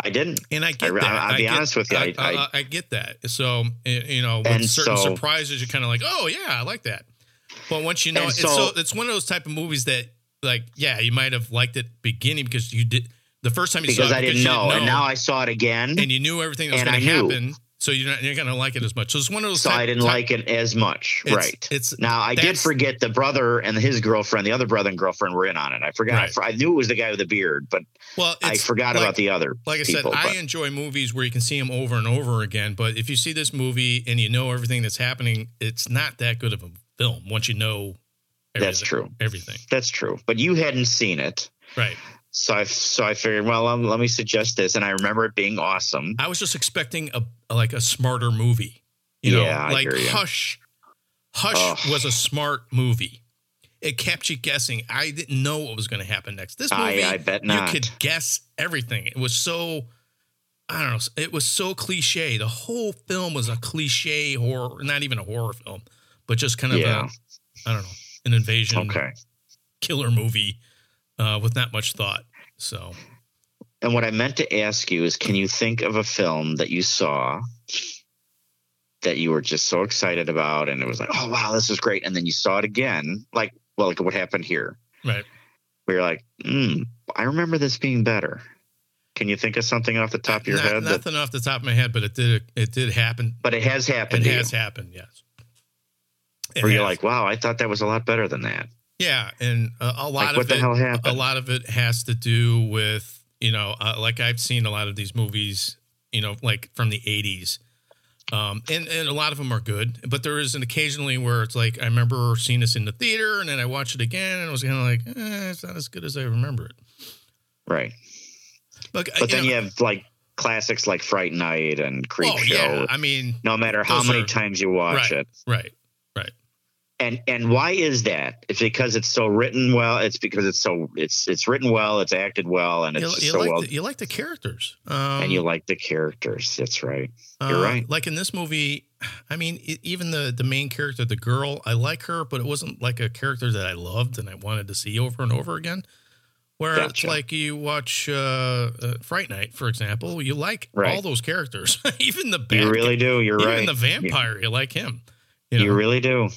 Speaker 4: I didn't.
Speaker 3: and I
Speaker 4: I-
Speaker 3: get
Speaker 4: I-
Speaker 3: that.
Speaker 4: I'll
Speaker 3: I
Speaker 4: be
Speaker 3: get-
Speaker 4: honest with you,
Speaker 3: I,
Speaker 4: I-
Speaker 3: I,
Speaker 4: I-
Speaker 3: I get that. So y- you know, with
Speaker 4: And
Speaker 3: certain
Speaker 4: so-
Speaker 3: surprises, you're kind of like, oh yeah, I like that. But once you know,
Speaker 4: And
Speaker 3: it's so,
Speaker 4: so-
Speaker 3: it's one of those type of movies that, like, yeah, you might have liked it beginning because you did the first time you
Speaker 4: Because
Speaker 3: saw it
Speaker 4: I didn't,
Speaker 3: because you
Speaker 4: know. and now I saw it again,
Speaker 3: and you knew everything that was
Speaker 4: and
Speaker 3: going to
Speaker 4: I knew.
Speaker 3: happen, so you're not you're going to like it as much. So it's one of those.
Speaker 4: so
Speaker 3: type,
Speaker 4: I didn't like it as much.
Speaker 3: It's-
Speaker 4: right.
Speaker 3: It's
Speaker 4: Now I did
Speaker 3: That's-
Speaker 4: forget the brother and his girlfriend, the other brother and girlfriend were in on it. I forgot. I
Speaker 3: Right.
Speaker 4: fr- I, knew it was the guy with the beard, but
Speaker 3: well,
Speaker 4: I
Speaker 3: it's
Speaker 4: forgot
Speaker 3: like-
Speaker 4: about the other.
Speaker 3: Like I
Speaker 4: people,
Speaker 3: said, I
Speaker 4: but-
Speaker 3: enjoy movies where you can see them over and over again. But if you see this movie and you know everything that's happening, it's not that good of a film once you know. Everything,
Speaker 4: That's true.
Speaker 3: Everything,
Speaker 4: That's true, but you hadn't seen it,
Speaker 3: right?
Speaker 4: so I so I figured, well, um, let me suggest this, and I remember it being awesome.
Speaker 3: I was just expecting a like a smarter movie. You
Speaker 4: Yeah, I
Speaker 3: know, like
Speaker 4: hear you.
Speaker 3: Hush. Hush
Speaker 4: Ugh.
Speaker 3: was a smart movie. It kept you guessing. I didn't know what was going to happen next. This
Speaker 4: I-
Speaker 3: movie,
Speaker 4: I bet
Speaker 3: you
Speaker 4: not.
Speaker 3: could guess everything. It was so, I don't know. It was so cliche. The whole film was a cliche horror, not even a horror film, but just kind of
Speaker 4: Yeah.
Speaker 3: a, I don't know. an invasion
Speaker 4: Okay.
Speaker 3: killer movie uh, with not much thought. So
Speaker 4: And what I meant to ask you is can you think of a film that you saw that you were just so excited about and it was like, oh, wow, this is great. And then you saw it again, like, well, like what happened here,
Speaker 3: right.
Speaker 4: where you're like, hmm, I remember this being better. Can you think of something off the top of your
Speaker 3: Not-
Speaker 4: head? That,
Speaker 3: nothing off the top of my head, but it did it did happen.
Speaker 4: but it has happened.
Speaker 3: It
Speaker 4: to
Speaker 3: has
Speaker 4: you,
Speaker 3: happened, yes. It
Speaker 4: Where you're
Speaker 3: has.
Speaker 4: like, wow, I thought that was a lot better than that.
Speaker 3: Yeah, and a, a lot
Speaker 4: Like,
Speaker 3: of
Speaker 4: what the
Speaker 3: it,
Speaker 4: hell happened?
Speaker 3: A lot of it has to do with you know, uh, like I've seen a lot of these movies, you know, like from the '80s, um, and and a lot of them are good, but there is an occasionally where it's like I remember seeing this in the theater, and then I watched it again, and I was kind of like, eh, it's not as good as I remember it.
Speaker 4: Right.
Speaker 3: But, uh,
Speaker 4: But then
Speaker 3: know,
Speaker 4: you have like classics like Fright Night and Creep
Speaker 3: oh
Speaker 4: Show.
Speaker 3: yeah, I mean,
Speaker 4: no matter how
Speaker 3: those
Speaker 4: many
Speaker 3: are-
Speaker 4: times you watch
Speaker 3: right,
Speaker 4: it.
Speaker 3: right,
Speaker 4: and and why is that it's because it's so written well it's because it's so it's it's written well it's acted well and it's
Speaker 3: you,
Speaker 4: just
Speaker 3: you
Speaker 4: so
Speaker 3: like
Speaker 4: well
Speaker 3: the, you like the characters, um,
Speaker 4: and you like the characters that's right You're
Speaker 3: Uh,
Speaker 4: right.
Speaker 3: Like in this movie, I mean, e- even the the main character, the girl, I like her, but it wasn't like a character that I loved and I wanted to see over and over again. Where it's
Speaker 4: Gotcha.
Speaker 3: like you watch uh, uh, Fright Night, for example, you like
Speaker 4: Right.
Speaker 3: all those characters, even the bad,
Speaker 4: you really do you're
Speaker 3: even
Speaker 4: right
Speaker 3: the vampire, you like him. You
Speaker 4: you,
Speaker 3: know,
Speaker 4: you really do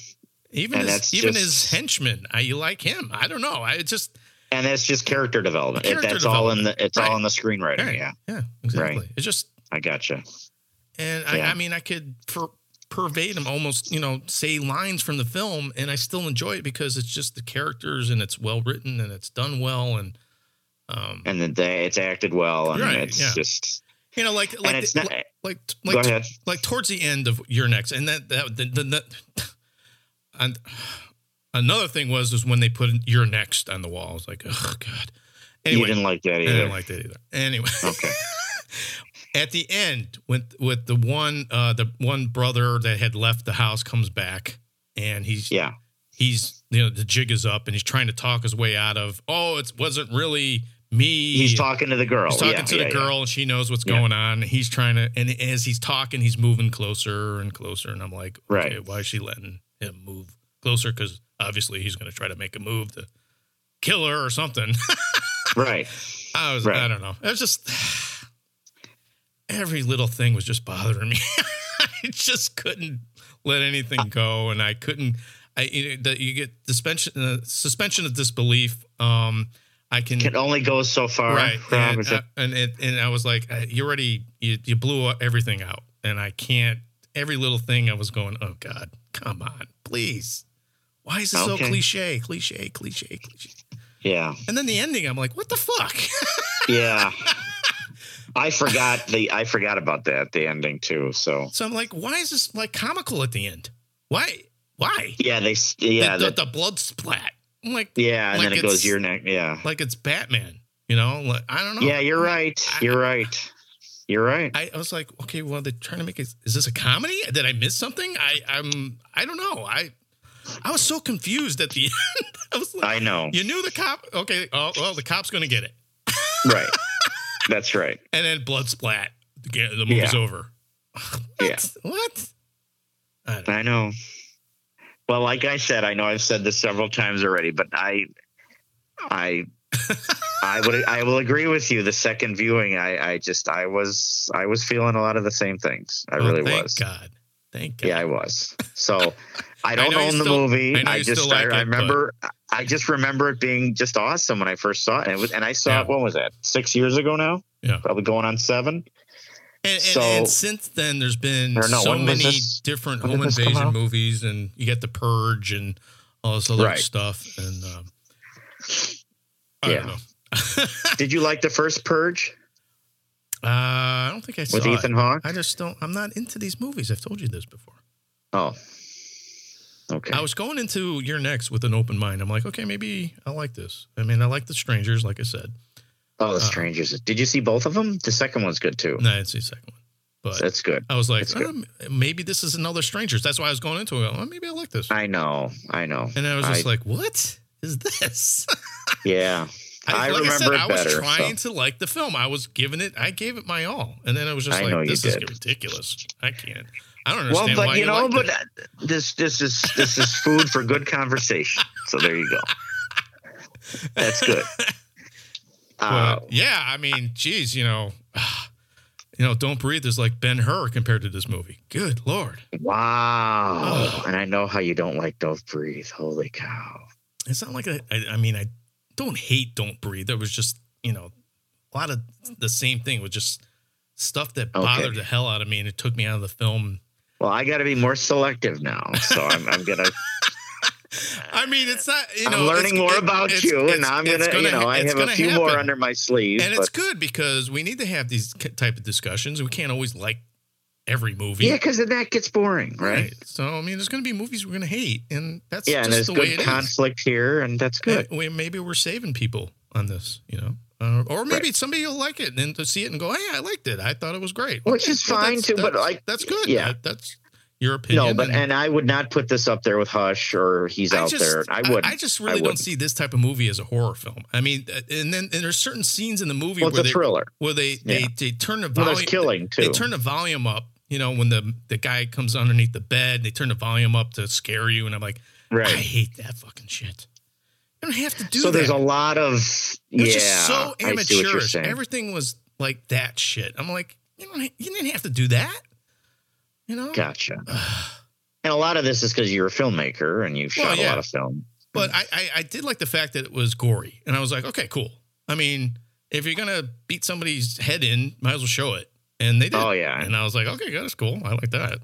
Speaker 3: even
Speaker 4: and
Speaker 3: his,
Speaker 4: that's
Speaker 3: even
Speaker 4: just-
Speaker 3: his henchman, I, you like him. I don't know. I just
Speaker 4: and that's just character development It-
Speaker 3: Character
Speaker 4: that's all in the it's all in the screenwriting
Speaker 3: Right.
Speaker 4: yeah
Speaker 3: yeah, exactly. It's just
Speaker 4: i gotcha
Speaker 3: And I,
Speaker 4: Yeah.
Speaker 3: I mean, I could per, pervadum almost, you know, say lines from the film, and I still enjoy it because it's just the characters and it's well written and it's done well, and um,
Speaker 4: and then they, it's acted well and
Speaker 3: Right,
Speaker 4: it's
Speaker 3: yeah.
Speaker 4: just
Speaker 3: you know, like like
Speaker 4: and it's
Speaker 3: the-
Speaker 4: not
Speaker 3: like
Speaker 4: go
Speaker 3: like
Speaker 4: ahead
Speaker 3: like towards the end of your next, and that that the, the, the- and another thing was is when they put your next on the wall. I was like, oh god. Anyway,
Speaker 4: you didn't like that
Speaker 3: I
Speaker 4: either
Speaker 3: didn't like that either. Anyway.
Speaker 4: okay
Speaker 3: at the end with with the one uh the one brother that had left the house comes back and he's
Speaker 4: yeah
Speaker 3: he's you know the jig is up and he's trying to talk his way out of oh it wasn't really me
Speaker 4: he's talking to the girl
Speaker 3: He's talking
Speaker 4: yeah,
Speaker 3: to
Speaker 4: yeah,
Speaker 3: the
Speaker 4: yeah.
Speaker 3: girl and she knows what's
Speaker 4: Yeah.
Speaker 3: going on he's trying to and as he's talking he's moving closer and closer and i'm like okay
Speaker 4: Right.
Speaker 3: why is she letting him move closer because obviously he's going to try to make a move to kill her or something
Speaker 4: right
Speaker 3: I was I
Speaker 4: Right.
Speaker 3: don't know. It was just every little thing was just bothering me. I just couldn't let anything go, and I couldn't. I you, know, that you get suspension uh, suspension of disbelief. Um, I can,
Speaker 4: can only go so far
Speaker 3: right,
Speaker 4: Rob,
Speaker 3: and,
Speaker 4: is it-
Speaker 3: uh, and it, and I was like, uh, you already you, you blew everything out, and I can't. Every little thing I was going, oh God, come on, please. Why is this so
Speaker 4: Okay.
Speaker 3: cliche, cliche, cliche, cliche?
Speaker 4: yeah
Speaker 3: And then the ending, I'm like, what the fuck?
Speaker 4: yeah i forgot the i forgot about that the ending too so
Speaker 3: So I'm like, why is this like comical at the end? Why? Why?
Speaker 4: yeah they s- yeah
Speaker 3: the,
Speaker 4: that-
Speaker 3: the, the blood splat. I'm like,
Speaker 4: yeah and
Speaker 3: like
Speaker 4: then it
Speaker 3: it's- Oh.
Speaker 4: goes your neck yeah
Speaker 3: like it's Batman. You know, like I don't know.
Speaker 4: yeah you're right you're right you're right
Speaker 3: I, I was like, okay, well, they're trying to make it. Is this a comedy? Did I miss something? I, I'm, I don't know. I, I was so confused at the end. I was like,
Speaker 4: i know
Speaker 3: you knew the cop. Okay, oh well, the cop's gonna get it,
Speaker 4: right that's right
Speaker 3: and then blood splat. The, the movie's
Speaker 4: Yeah.
Speaker 3: over. what?
Speaker 4: Yeah.
Speaker 3: What? I don't know.
Speaker 4: i know well like i said i know i've said this several times already but i i I would I will agree with you. The second viewing, I, I just I was I was feeling a lot of the same things. I
Speaker 3: Well,
Speaker 4: really
Speaker 3: Oh, thank
Speaker 4: was.
Speaker 3: God. Thank God.
Speaker 4: Yeah, I was. So I don't
Speaker 3: know you
Speaker 4: own the
Speaker 3: still-
Speaker 4: movie.
Speaker 3: I know
Speaker 4: I,
Speaker 3: you
Speaker 4: just
Speaker 3: still like
Speaker 4: I,
Speaker 3: it,
Speaker 4: I
Speaker 3: but-
Speaker 4: remember I just remember it being just awesome when I first saw it. And, it was, and I saw
Speaker 3: Yeah.
Speaker 4: it when was that? Six years ago now?
Speaker 3: Yeah.
Speaker 4: Probably going on seven.
Speaker 3: And, and,
Speaker 4: So-
Speaker 3: and since then, there's been
Speaker 4: Or no,
Speaker 3: so
Speaker 4: when was
Speaker 3: many
Speaker 4: this-
Speaker 3: different
Speaker 4: when
Speaker 3: home
Speaker 4: did this come
Speaker 3: invasion
Speaker 4: out?
Speaker 3: movies, and you get the Purge and all this other
Speaker 4: Right.
Speaker 3: stuff. And um, I
Speaker 4: Yeah.
Speaker 3: don't know.
Speaker 4: Did you like the first purge
Speaker 3: Uh, I don't think I saw
Speaker 4: with Ethan
Speaker 3: it.
Speaker 4: Hawke?
Speaker 3: I just don't. I'm not into these movies. I've told you this before.
Speaker 4: Oh. Okay.
Speaker 3: I was going into your next with an open mind. I'm like, okay, maybe I like this. I mean, I like the strangers, like I said.
Speaker 4: oh, the strangers. Did you see both of them? The second one's good too.
Speaker 3: uh, No, I didn't see the second one, but
Speaker 4: That's good.
Speaker 3: I was like,
Speaker 4: that's good.
Speaker 3: um, maybe this is another strangers. That's why I was going into it. Well, maybe I like this.
Speaker 4: I know. I know.
Speaker 3: And I was just
Speaker 4: I-
Speaker 3: like, what is this?
Speaker 4: Yeah. I
Speaker 3: like
Speaker 4: remember it
Speaker 3: I was
Speaker 4: better,
Speaker 3: trying to like the film. I was giving it. I gave it my all, and then I was just
Speaker 4: I know
Speaker 3: like,
Speaker 4: you
Speaker 3: "This is
Speaker 4: did.
Speaker 3: ridiculous. I can't. I don't
Speaker 4: Well,
Speaker 3: understand
Speaker 4: but
Speaker 3: why
Speaker 4: you know,
Speaker 3: like
Speaker 4: but
Speaker 3: it.
Speaker 4: uh, this this is this is food for good conversation. So there you go. That's good. Uh,
Speaker 3: But, yeah, I mean, geez, you know, you know, Don't Breathe is like Ben Hur compared to this movie. Good lord,
Speaker 4: wow. And I know how you don't like Don't Breathe. Holy cow.
Speaker 3: it's not like a, I, I mean, I don't hate Don't Breathe. There was just you know a lot of the same thing with just stuff that bothered the hell out of me, and it took me out of the film.
Speaker 4: Well, I got to be more selective now. So I'm, I'm gonna.
Speaker 3: I mean, it's not you know,
Speaker 4: I'm learning
Speaker 3: it's-
Speaker 4: more
Speaker 3: it-
Speaker 4: about
Speaker 3: it's-
Speaker 4: you,
Speaker 3: it's-
Speaker 4: and I'm
Speaker 3: it's
Speaker 4: gonna, You know, I
Speaker 3: it's
Speaker 4: have a
Speaker 3: gonna
Speaker 4: few more
Speaker 3: happen.
Speaker 4: under my sleeve.
Speaker 3: And
Speaker 4: but,
Speaker 3: it's good because we need to have these k- type of discussions. We can't always like every movie.
Speaker 4: yeah, because then that gets boring, right?
Speaker 3: So I mean, there's going to be movies we're going to hate, and that's
Speaker 4: Yeah,
Speaker 3: just
Speaker 4: and there's
Speaker 3: the way
Speaker 4: good
Speaker 3: it is.
Speaker 4: conflict here, and that's good.
Speaker 3: And we- maybe we're saving people on this, you know, uh, or maybe somebody will like it and to see it and go, "Hey, I liked it. I thought it was great,"
Speaker 4: Which is
Speaker 3: Well,
Speaker 4: fine,
Speaker 3: that's-
Speaker 4: too, but,
Speaker 3: that's-
Speaker 4: like,
Speaker 3: that's good.
Speaker 4: yeah.
Speaker 3: That- that's your opinion.
Speaker 4: No, but and I would not put this up there with Hush or He's
Speaker 3: I
Speaker 4: Out
Speaker 3: just,
Speaker 4: There. I would.
Speaker 3: I, just really don't
Speaker 4: wouldn't.
Speaker 3: see this type of movie as a horror film. I mean, uh, and then and there's certain scenes in the movie
Speaker 4: Well, it's
Speaker 3: where
Speaker 4: a
Speaker 3: they
Speaker 4: thriller.
Speaker 3: where they
Speaker 4: Yeah.
Speaker 3: they, they turn the
Speaker 4: Well,
Speaker 3: volume
Speaker 4: there's killing too.
Speaker 3: They turn the volume up. You know, when the the guy comes underneath the bed, they turn the volume up to scare you, and I'm like, I
Speaker 4: right.
Speaker 3: hate that fucking shit. You don't have to do
Speaker 4: So
Speaker 3: that.
Speaker 4: there's a lot of
Speaker 3: It
Speaker 4: yeah.
Speaker 3: was just so
Speaker 4: I see what you're
Speaker 3: amateurish.
Speaker 4: saying.
Speaker 3: Everything was like that shit. I'm like, you don't, you didn't have to do that. You know?
Speaker 4: Gotcha. and a lot of this is because you're a filmmaker and you shot
Speaker 3: Well,
Speaker 4: a
Speaker 3: yeah.
Speaker 4: lot of film.
Speaker 3: But I, I, I did like the fact that it was gory. And I was like, okay, cool. I mean, if you're going to beat somebody's head in, might as well show it. And they did.
Speaker 4: Oh, yeah.
Speaker 3: And I was like, okay, that's cool. I like that.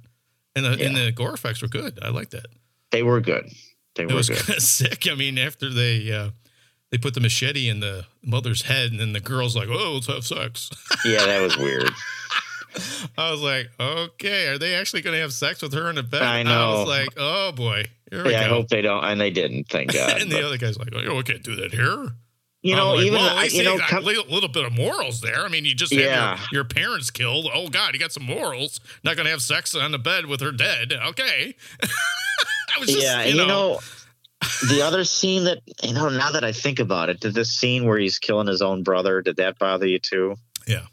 Speaker 3: And the, and the gore effects were good. I like that.
Speaker 4: They were good. They
Speaker 3: It
Speaker 4: were
Speaker 3: was
Speaker 4: good.
Speaker 3: kind of sick. I mean, after they uh, they put the machete in the mother's head, and then the girl's like, oh, let's have sex.
Speaker 4: yeah, that was weird.
Speaker 3: I was like, okay, are they actually going to have sex with her in the bed?
Speaker 4: I know.
Speaker 3: was like, oh boy, here we
Speaker 4: yeah, I
Speaker 3: go.
Speaker 4: hope they don't, and they didn't. Thank God.
Speaker 3: and
Speaker 4: But,
Speaker 3: the other guy's like, oh, we can't do that here.
Speaker 4: you know,
Speaker 3: I'm like,
Speaker 4: even
Speaker 3: well, at
Speaker 4: I-
Speaker 3: least
Speaker 4: you know,
Speaker 3: got
Speaker 4: com-
Speaker 3: a little, little bit of morals there. I mean, you just had
Speaker 4: Yeah.
Speaker 3: your, your parents killed. Oh God, you got some morals. Not going to have sex on the bed with her dead. Okay. I was just,
Speaker 4: yeah, and
Speaker 3: you know,
Speaker 4: the other scene that you know, now that I think about it, did this scene where he's killing his own brother? Did that bother you too?
Speaker 3: yeah,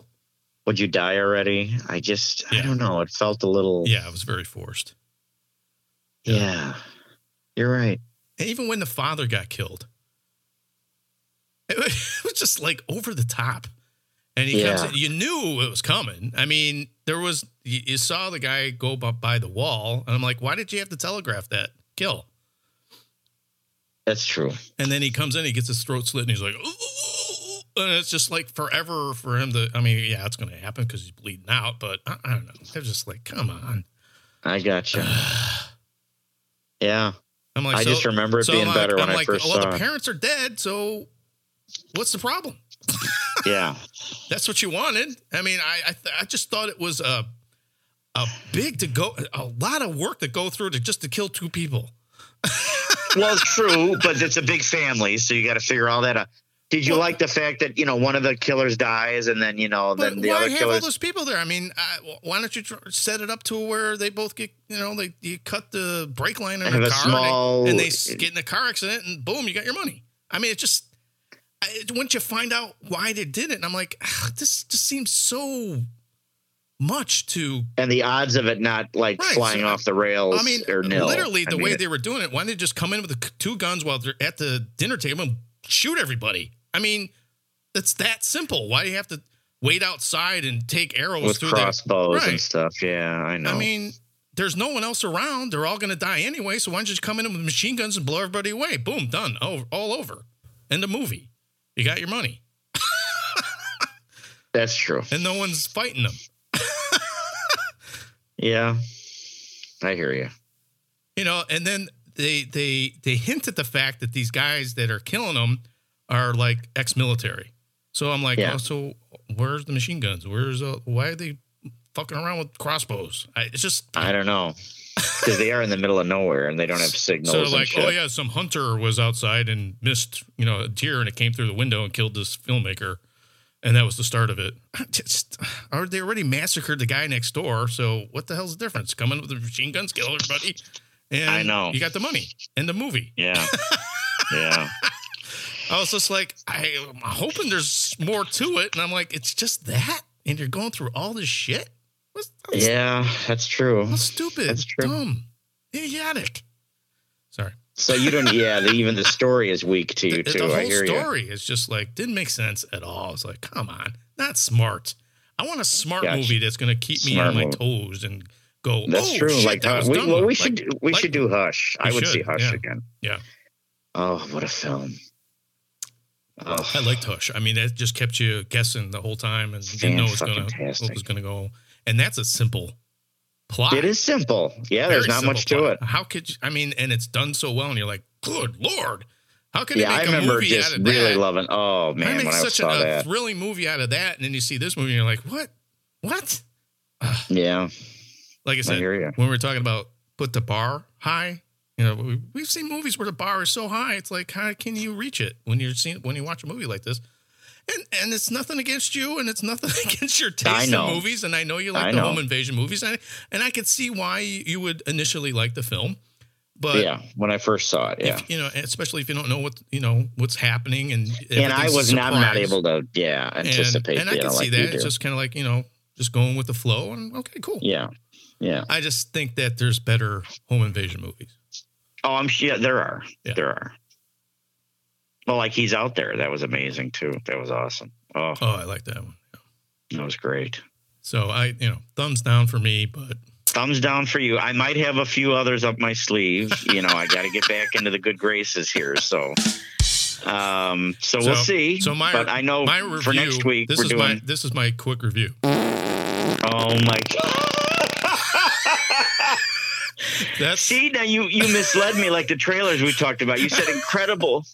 Speaker 4: Would you die already? I just,
Speaker 3: Yeah.
Speaker 4: I don't know. It felt a little,
Speaker 3: yeah, it was very forced.
Speaker 4: yeah. You're right.
Speaker 3: And even when the father got killed, it was it was just like over the top. And he comes
Speaker 4: Yeah.
Speaker 3: in, you knew it was coming. I mean, there was, you, you saw the guy go by, by the wall, and I'm like, why did you have to telegraph that kill?
Speaker 4: That's true.
Speaker 3: And then he comes in, he gets his throat slit, and he's like, "Ooh," and it's just like forever for him to, I mean, yeah, it's going to happen because he's bleeding out, but I, I don't know. I was just like, come on.
Speaker 4: I gotcha. yeah.
Speaker 3: I'm like,
Speaker 4: I
Speaker 3: so-
Speaker 4: just remember it
Speaker 3: so
Speaker 4: being
Speaker 3: I'm
Speaker 4: better
Speaker 3: like,
Speaker 4: when
Speaker 3: I'm
Speaker 4: I
Speaker 3: like,
Speaker 4: first
Speaker 3: well,
Speaker 4: saw
Speaker 3: the
Speaker 4: it.
Speaker 3: parents are dead, so what's the problem?
Speaker 4: Yeah.
Speaker 3: that's what you wanted. I mean, I I, th- I just thought it was a a big to go, a lot of work to go through to just to kill two people.
Speaker 4: well, true, but it's a big family, so you got to figure all that out. Did you like the fact that you know one of the killers dies, and then you know
Speaker 3: But
Speaker 4: then the
Speaker 3: why
Speaker 4: other
Speaker 3: have all
Speaker 4: killers?
Speaker 3: those people there? I mean, I, why don't you tr- set it up to where they both get, you know, they you cut the brake line in
Speaker 4: Have
Speaker 3: a
Speaker 4: a
Speaker 3: car
Speaker 4: small-
Speaker 3: and, they, and they s- get in a car accident and boom, you got your money. I mean, it just. I, it- once you find out why they did it, and I'm like, "Ah, this just seems so much to
Speaker 4: and the odds of it not like
Speaker 3: Right,
Speaker 4: flying
Speaker 3: so,
Speaker 4: off the rails
Speaker 3: I mean,
Speaker 4: or nil.
Speaker 3: literally the
Speaker 4: I mean,
Speaker 3: way
Speaker 4: it-
Speaker 3: they were doing it. Why didn't they just come in with the c- two guns while they're at the dinner table and shoot everybody? I mean, it's that simple. Why do you have to wait outside and take arrows
Speaker 4: with
Speaker 3: through
Speaker 4: crossbows
Speaker 3: the,
Speaker 4: and stuff. Yeah, I know.
Speaker 3: I mean, there's no one else around. They're all going to die anyway. So why don't you just come in with machine guns and blow everybody away? Boom, done. Oh, all over. End of movie. You got your money,
Speaker 4: that's true.
Speaker 3: and no one's fighting them.
Speaker 4: Yeah, I hear you.
Speaker 3: you know and then they they they hint at the fact that these guys that are killing them are like ex-military so i'm like
Speaker 4: Yeah.
Speaker 3: oh, so where's the machine guns where's uh, why are they fucking around with crossbows I, it's just
Speaker 4: I don't know because they are in the middle of nowhere and they don't have signals.
Speaker 3: so
Speaker 4: and
Speaker 3: like
Speaker 4: shit.
Speaker 3: oh yeah some hunter was outside and missed you know a deer and it came through the window and killed this filmmaker and that was the start of it just or they already massacred the guy next door so what the hell's the difference come in with the machine guns kill everybody and
Speaker 4: I know.
Speaker 3: you got the money and the movie
Speaker 4: yeah, yeah.
Speaker 3: I was just like, I, I'm hoping there's more to it. And I'm like, it's just that. And you're going through all this shit. What was, that was
Speaker 4: Yeah, that's true.
Speaker 3: that was stupid.
Speaker 4: That's true.
Speaker 3: Dumb. Idiotic. Sorry.
Speaker 4: So you don't. Yeah, the, even the story is weak to you
Speaker 3: the,
Speaker 4: too.
Speaker 3: the whole
Speaker 4: I hear you.
Speaker 3: story is just like didn't make sense at all. It's like, come on, not smart. I want a smart
Speaker 4: Gotcha.
Speaker 3: movie that's going to keep me
Speaker 4: Smart
Speaker 3: on my
Speaker 4: movie.
Speaker 3: toes and go.
Speaker 4: That's
Speaker 3: oh,
Speaker 4: true.
Speaker 3: Shit,
Speaker 4: like
Speaker 3: that
Speaker 4: uh,
Speaker 3: was
Speaker 4: we,
Speaker 3: dumb.
Speaker 4: well, we
Speaker 3: Like,
Speaker 4: should do- we
Speaker 3: like-
Speaker 4: should do Hush. I
Speaker 3: We
Speaker 4: would see
Speaker 3: should,
Speaker 4: Hush
Speaker 3: yeah.
Speaker 4: again.
Speaker 3: Yeah.
Speaker 4: Oh, what a film. Oh,
Speaker 3: I liked Hush. I mean, that just kept you guessing the whole time and didn't know what's gonna, what
Speaker 4: Fan-fucking-tastic.
Speaker 3: was going to go. And that's a simple plot.
Speaker 4: it is simple. Yeah, there's
Speaker 3: Very
Speaker 4: not much to
Speaker 3: simple
Speaker 4: it.
Speaker 3: plot. How could you, I mean? And it's done so well, and you're like, good lord, how can
Speaker 4: Yeah,
Speaker 3: you
Speaker 4: I
Speaker 3: make a
Speaker 4: remember
Speaker 3: movie
Speaker 4: just
Speaker 3: out of
Speaker 4: really
Speaker 3: that?
Speaker 4: loving. Oh
Speaker 3: I
Speaker 4: man,
Speaker 3: make
Speaker 4: when I
Speaker 3: such
Speaker 4: saw
Speaker 3: a
Speaker 4: that.
Speaker 3: thrilling movie out of that, and then you see this movie, and you're like, what? What? uh,
Speaker 4: Yeah,
Speaker 3: Like I
Speaker 4: I
Speaker 3: said,
Speaker 4: hear you.
Speaker 3: when we were talking about put the bar high, you know, we, we've seen movies where the bar is so high, it's like how can you reach it when you're seeing when you watch a movie like this? And and it's nothing against you, and it's nothing against your
Speaker 4: I
Speaker 3: taste in
Speaker 4: know.
Speaker 3: movies, and I know you like
Speaker 4: I
Speaker 3: the
Speaker 4: know.
Speaker 3: home invasion movies, and and I could see why you would initially like the film, but
Speaker 4: yeah, when I first saw it. Yeah,
Speaker 3: if, you know, especially if you don't know what you know what's happening, and
Speaker 4: and I
Speaker 3: everything's a
Speaker 4: was not not
Speaker 3: surprise.
Speaker 4: able to. Yeah,
Speaker 3: And-
Speaker 4: anticipate.
Speaker 3: and,
Speaker 4: you
Speaker 3: I can
Speaker 4: know,
Speaker 3: see
Speaker 4: like you
Speaker 3: that. It's
Speaker 4: do.
Speaker 3: just kind of like you know, just going with the flow, and okay, cool.
Speaker 4: yeah, yeah.
Speaker 3: I just think that there's better home invasion movies.
Speaker 4: Oh, I'm sure yeah, there are.
Speaker 3: Yeah.
Speaker 4: There are. Well, like he's out there. That was amazing too. That was awesome. Oh,
Speaker 3: Oh, I like that one.
Speaker 4: that was great.
Speaker 3: So I, you know, thumbs down for me, but
Speaker 4: Thumbs down for you. I might have a few others up my sleeve. You know, I got to get back into the good graces here. So, um, so, we'll see.
Speaker 3: So my,
Speaker 4: but I know
Speaker 3: my review,
Speaker 4: for next week
Speaker 3: This
Speaker 4: we're
Speaker 3: is
Speaker 4: doing.
Speaker 3: my this is my quick review.
Speaker 4: oh my god!
Speaker 3: That's
Speaker 4: See, now you you misled me. Like the trailers we talked about. You said incredible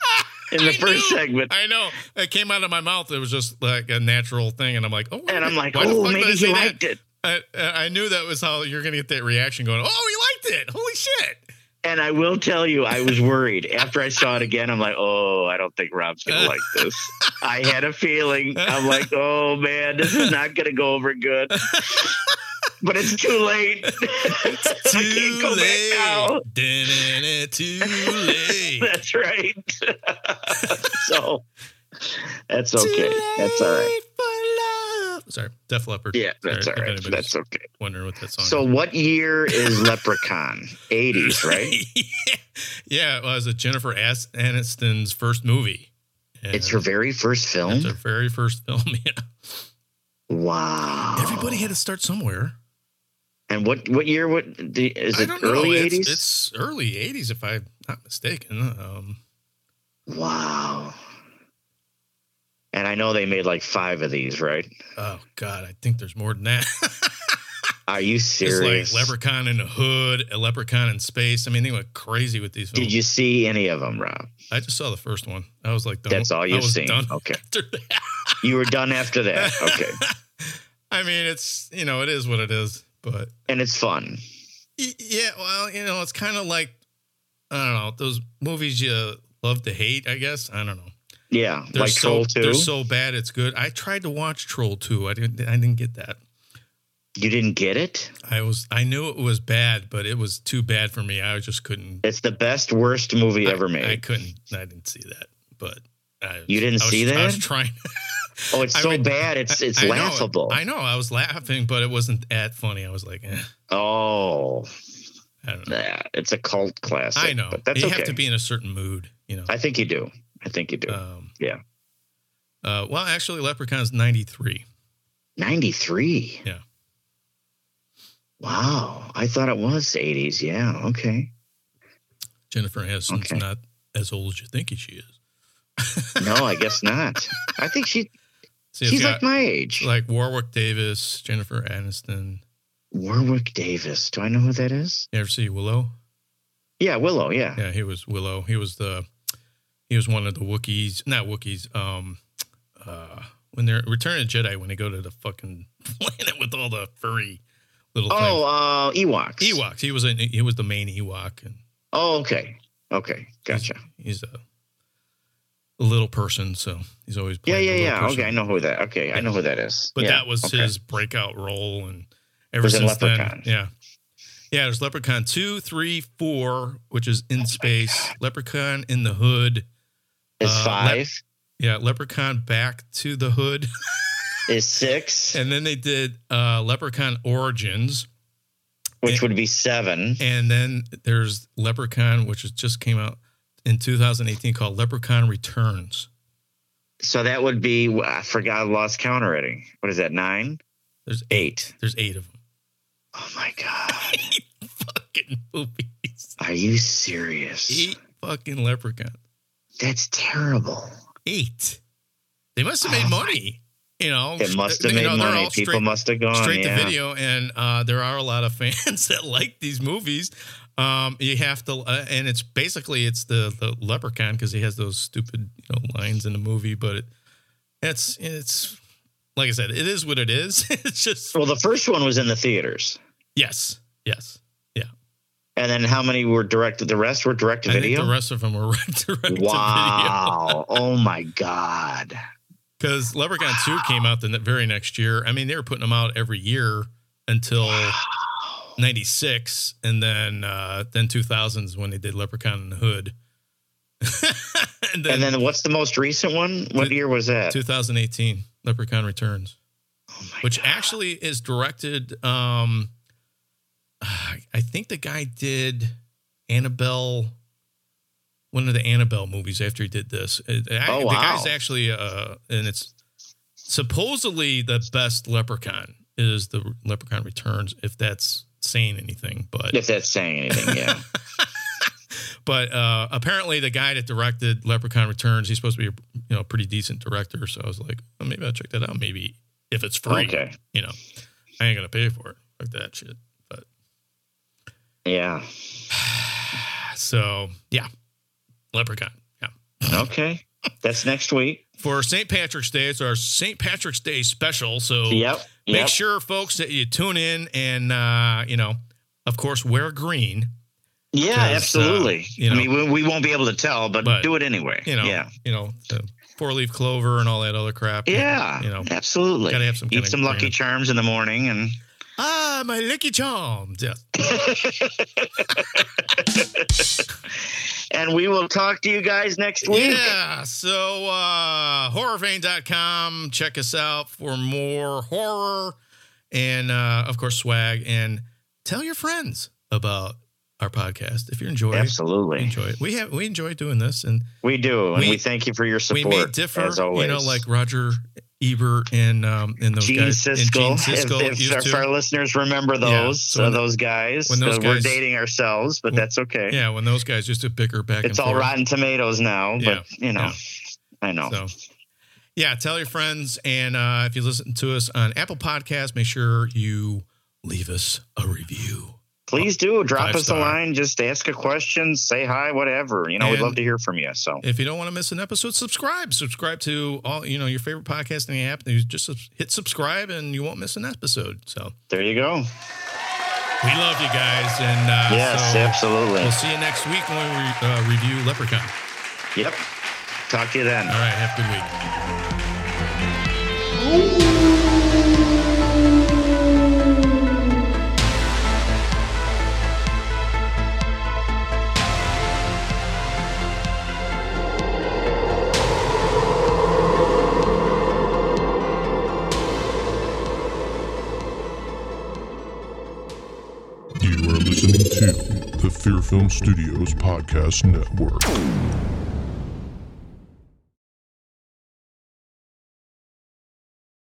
Speaker 4: in the
Speaker 3: I
Speaker 4: first
Speaker 3: knew.
Speaker 4: segment.
Speaker 3: I know it came out of my mouth. It was just like a natural thing, and I'm like, oh,
Speaker 4: and I'm like,
Speaker 3: why the
Speaker 4: oh,
Speaker 3: fuck did I
Speaker 4: maybe
Speaker 3: say
Speaker 4: he
Speaker 3: that?
Speaker 4: liked it.
Speaker 3: I, uh, I knew that was how you're gonna get that reaction going. Oh, he liked it. Holy shit!
Speaker 4: And I will tell you, I was worried. After I saw it again, I'm like, oh, I don't think Rob's going to like this. I had a feeling. I'm like, oh, man, this is not going to go over good. But it's too late. I can't go back now.
Speaker 3: Dun-dun-dun, Too late.
Speaker 4: That's right. so that's okay. That's all right.
Speaker 3: right. Sorry, Def Leppard.
Speaker 4: Yeah, that's
Speaker 3: Sorry,
Speaker 4: all
Speaker 3: if
Speaker 4: right.
Speaker 3: anybody's
Speaker 4: That's okay.
Speaker 3: wondering what that song.
Speaker 4: So,
Speaker 3: is.
Speaker 4: what year is Leprechaun? 80s, right?
Speaker 3: yeah, it was a Jennifer As- Aniston's first movie. And
Speaker 4: It's her very first film.
Speaker 3: It's her very first film. Yeah.
Speaker 4: Wow.
Speaker 3: Everybody had to start somewhere.
Speaker 4: And what what year? What the, is
Speaker 3: I
Speaker 4: it?
Speaker 3: don't know.
Speaker 4: Early
Speaker 3: It's-
Speaker 4: eighties.
Speaker 3: It's, early eighties, if I'm not mistaken. Um,
Speaker 4: Wow. And I know they made like five of these, right?
Speaker 3: oh God, I think there's more than that.
Speaker 4: Are you
Speaker 3: it's
Speaker 4: serious?
Speaker 3: like Leprechaun in the Hood, a Leprechaun in Space. I mean, they went crazy with these films.
Speaker 4: Did you see any of them, Rob?
Speaker 3: I just saw the first one. I was like, done.
Speaker 4: That's all
Speaker 3: I
Speaker 4: you've
Speaker 3: was
Speaker 4: seen.
Speaker 3: Done
Speaker 4: Okay,
Speaker 3: after that.
Speaker 4: you were done after that. Okay,
Speaker 3: I mean, it's you know, it is what it is, but
Speaker 4: and it's fun.
Speaker 3: Y- Yeah, well, you know, it's kind of like I don't know those movies you love to hate. I guess I don't know.
Speaker 4: Yeah,
Speaker 3: They're
Speaker 4: like
Speaker 3: so
Speaker 4: Soul Two.
Speaker 3: they're so bad it's good. I tried to watch Troll Two. I didn't. I didn't get that.
Speaker 4: you didn't get it.
Speaker 3: I was. I knew it was bad, but it was too bad for me. I just couldn't.
Speaker 4: It's the best worst movie ever made.
Speaker 3: I, I couldn't. I didn't see that. But I,
Speaker 4: You didn't
Speaker 3: I was-
Speaker 4: see that?
Speaker 3: I was trying.
Speaker 4: oh, it's
Speaker 3: I
Speaker 4: so
Speaker 3: mean,
Speaker 4: bad. It's it's
Speaker 3: I know-
Speaker 4: laughable.
Speaker 3: I know. I was laughing, but it wasn't that funny. I was like, eh,
Speaker 4: oh,
Speaker 3: I don't know.
Speaker 4: yeah, it's a cult classic.
Speaker 3: I know.
Speaker 4: but that's
Speaker 3: you
Speaker 4: okay.
Speaker 3: have to be in a certain mood, you know.
Speaker 4: I think you do. I think you do.
Speaker 3: um,
Speaker 4: yeah.
Speaker 3: Uh, well, actually, Leprechaun's ninety three.
Speaker 4: 93.
Speaker 3: Yeah.
Speaker 4: Wow. I thought it was 80s. Yeah. Okay.
Speaker 3: Jennifer Aniston's
Speaker 4: Okay.
Speaker 3: not as old as you think she is.
Speaker 4: No, I guess not. I think she
Speaker 3: See,
Speaker 4: she's
Speaker 3: it's
Speaker 4: like
Speaker 3: got,
Speaker 4: my age.
Speaker 3: like Warwick Davis, Jennifer Aniston.
Speaker 4: Warwick Davis. Do I know who that is?
Speaker 3: You ever see Willow?
Speaker 4: Yeah, Willow. Yeah.
Speaker 3: Yeah, he was Willow. He was the he was one of the Wookiees, not Wookiees. Um, uh, when they're Return of the Jedi, when they go to the fucking planet with all the furry little
Speaker 4: Oh, uh Ewoks.
Speaker 3: things. Ewoks. He was an, he was the main Ewok, and
Speaker 4: Oh, okay. Okay. Gotcha.
Speaker 3: he's a, a little person, so he's always
Speaker 4: Yeah,
Speaker 3: playing
Speaker 4: yeah,
Speaker 3: a little
Speaker 4: yeah.
Speaker 3: person.
Speaker 4: Okay, I know who that. Okay, I know who that is.
Speaker 3: but
Speaker 4: Yeah,
Speaker 3: that was
Speaker 4: okay.
Speaker 3: his breakout role, and ever
Speaker 4: Was in
Speaker 3: since then,
Speaker 4: Leprechaun.
Speaker 3: yeah, yeah. There's Leprechaun two, three, four, which is in space. Leprechaun in the hood.
Speaker 4: It's
Speaker 3: uh,
Speaker 4: five.
Speaker 3: Yeah, Leprechaun back to the hood.
Speaker 4: is six,
Speaker 3: And then they did uh, Leprechaun Origins,
Speaker 4: which would be seven.
Speaker 3: and then there's Leprechaun, which is- just came out in 2018, called Leprechaun Returns.
Speaker 4: So that would be I forgot I lost count already. What is that? Nine?
Speaker 3: There's
Speaker 4: Eight.
Speaker 3: There's eight of them.
Speaker 4: Oh my god!
Speaker 3: Fucking movies.
Speaker 4: Are you serious?
Speaker 3: Eight fucking Leprechaun.
Speaker 4: That's terrible.
Speaker 3: Eight. They must have made
Speaker 4: Oh my-
Speaker 3: money. You know,
Speaker 4: It must have
Speaker 3: You
Speaker 4: made
Speaker 3: know, they're
Speaker 4: money.
Speaker 3: all
Speaker 4: People
Speaker 3: straight-
Speaker 4: must have gone
Speaker 3: straight
Speaker 4: yeah.
Speaker 3: to video and uh, there are a lot of fans that like these movies um, you have to uh, and it's basically it's the, the leprechaun because he has those stupid you know lines in the movie but it, it's it's like i said it is what it is it's just
Speaker 4: Well, the first one was in the theaters,
Speaker 3: yes yes
Speaker 4: and then how many were directed? The rest were direct to
Speaker 3: i think
Speaker 4: video.
Speaker 3: the rest of them were right to right
Speaker 4: wow! oh my god!
Speaker 3: because leprechaun 2 came out the ne- very next year i mean they were putting them out every year until 96 and then uh then 2000s when they did leprechaun in the hood and, then
Speaker 4: And then what's the most recent one? What
Speaker 3: Two-
Speaker 4: year was that?
Speaker 3: 2018 leprechaun returns
Speaker 4: Oh my
Speaker 3: which
Speaker 4: God.
Speaker 3: actually is directed um i think the guy did annabelle one of the annabelle movies after he did this It- I-
Speaker 4: Oh,
Speaker 3: the guy's
Speaker 4: wow.
Speaker 3: actually uh and it's supposedly the best leprechaun is the leprechaun returns if that's saying anything but
Speaker 4: if that's saying anything, yeah.
Speaker 3: But uh, apparently, the guy that directed Leprechaun Returns, he's supposed to be a you know pretty decent director. So I was like, well, maybe I'll check that out. Maybe if it's free,
Speaker 4: okay.
Speaker 3: you know, I ain't gonna pay for it like that shit. But
Speaker 4: Yeah.
Speaker 3: so yeah, Leprechaun. Yeah.
Speaker 4: Okay. That's next week.
Speaker 3: For St. Patrick's Day, it's our St. Patrick's Day special. So
Speaker 4: Yep.
Speaker 3: make
Speaker 4: Yep.
Speaker 3: sure, folks, that you tune in and uh, you know, of course, wear green.
Speaker 4: Yeah,
Speaker 3: 'Cause, uh,
Speaker 4: absolutely.
Speaker 3: you know-
Speaker 4: I mean, we, we won't be able to tell, but,
Speaker 3: But,
Speaker 4: do it anyway.
Speaker 3: You know,
Speaker 4: yeah.
Speaker 3: you know, the four leaf clover and all that other crap.
Speaker 4: Yeah.
Speaker 3: you know,
Speaker 4: absolutely.
Speaker 3: gotta have some
Speaker 4: Eat
Speaker 3: kinda
Speaker 4: some Lucky
Speaker 3: green.
Speaker 4: Charms in the morning and
Speaker 3: ah, my licky charms. Yes.
Speaker 4: and we will talk to you guys next week.
Speaker 3: Yeah. So uh horrorvein.com. Check us out for more horror and uh of course swag and tell your friends about our podcast if you enjoy it.
Speaker 4: Absolutely.
Speaker 3: Enjoy it. We have we enjoy doing this and
Speaker 4: We do. And
Speaker 3: We-
Speaker 4: we, thank you for your
Speaker 3: we
Speaker 4: support.
Speaker 3: may differ,
Speaker 4: as always.
Speaker 3: you know, like Roger Ebert and um and those
Speaker 4: Gene
Speaker 3: guys and
Speaker 4: Siskel.
Speaker 3: Gene
Speaker 4: If-
Speaker 3: Siskel
Speaker 4: if,
Speaker 3: used
Speaker 4: if
Speaker 3: to.
Speaker 4: our listeners remember
Speaker 3: Yeah,
Speaker 4: those,
Speaker 3: so
Speaker 4: uh,
Speaker 3: when-
Speaker 4: those guys,
Speaker 3: when those
Speaker 4: uh, we're
Speaker 3: guys-
Speaker 4: dating ourselves, but
Speaker 3: Well,
Speaker 4: that's okay.
Speaker 3: Yeah, when those guys used to bicker back and
Speaker 4: it's all
Speaker 3: forth.
Speaker 4: Rotten Tomatoes now,
Speaker 3: Yeah,
Speaker 4: but you know,
Speaker 3: yeah.
Speaker 4: I know.
Speaker 3: So, yeah, tell your friends. And uh, if you listen to us on Apple Podcasts, make sure you leave us a review.
Speaker 4: Please do drop
Speaker 3: Five
Speaker 4: us
Speaker 3: star.
Speaker 4: a line. Just ask a question, say hi, whatever. You know, we'd
Speaker 3: And-
Speaker 4: love to hear from you. So
Speaker 3: If you don't want to miss an episode, subscribe. Subscribe to all you know your favorite podcast in the app. You just subs- hit subscribe, and you won't miss an episode. So
Speaker 4: there you go.
Speaker 3: we love you guys, and uh,
Speaker 4: Yes,
Speaker 3: so
Speaker 4: absolutely.
Speaker 3: we'll see you next week when we uh, review Leprechaun.
Speaker 4: Yep. Talk to you then.
Speaker 3: All right, have a good week.
Speaker 1: You are listening to the Fear Film Studios Podcast Network.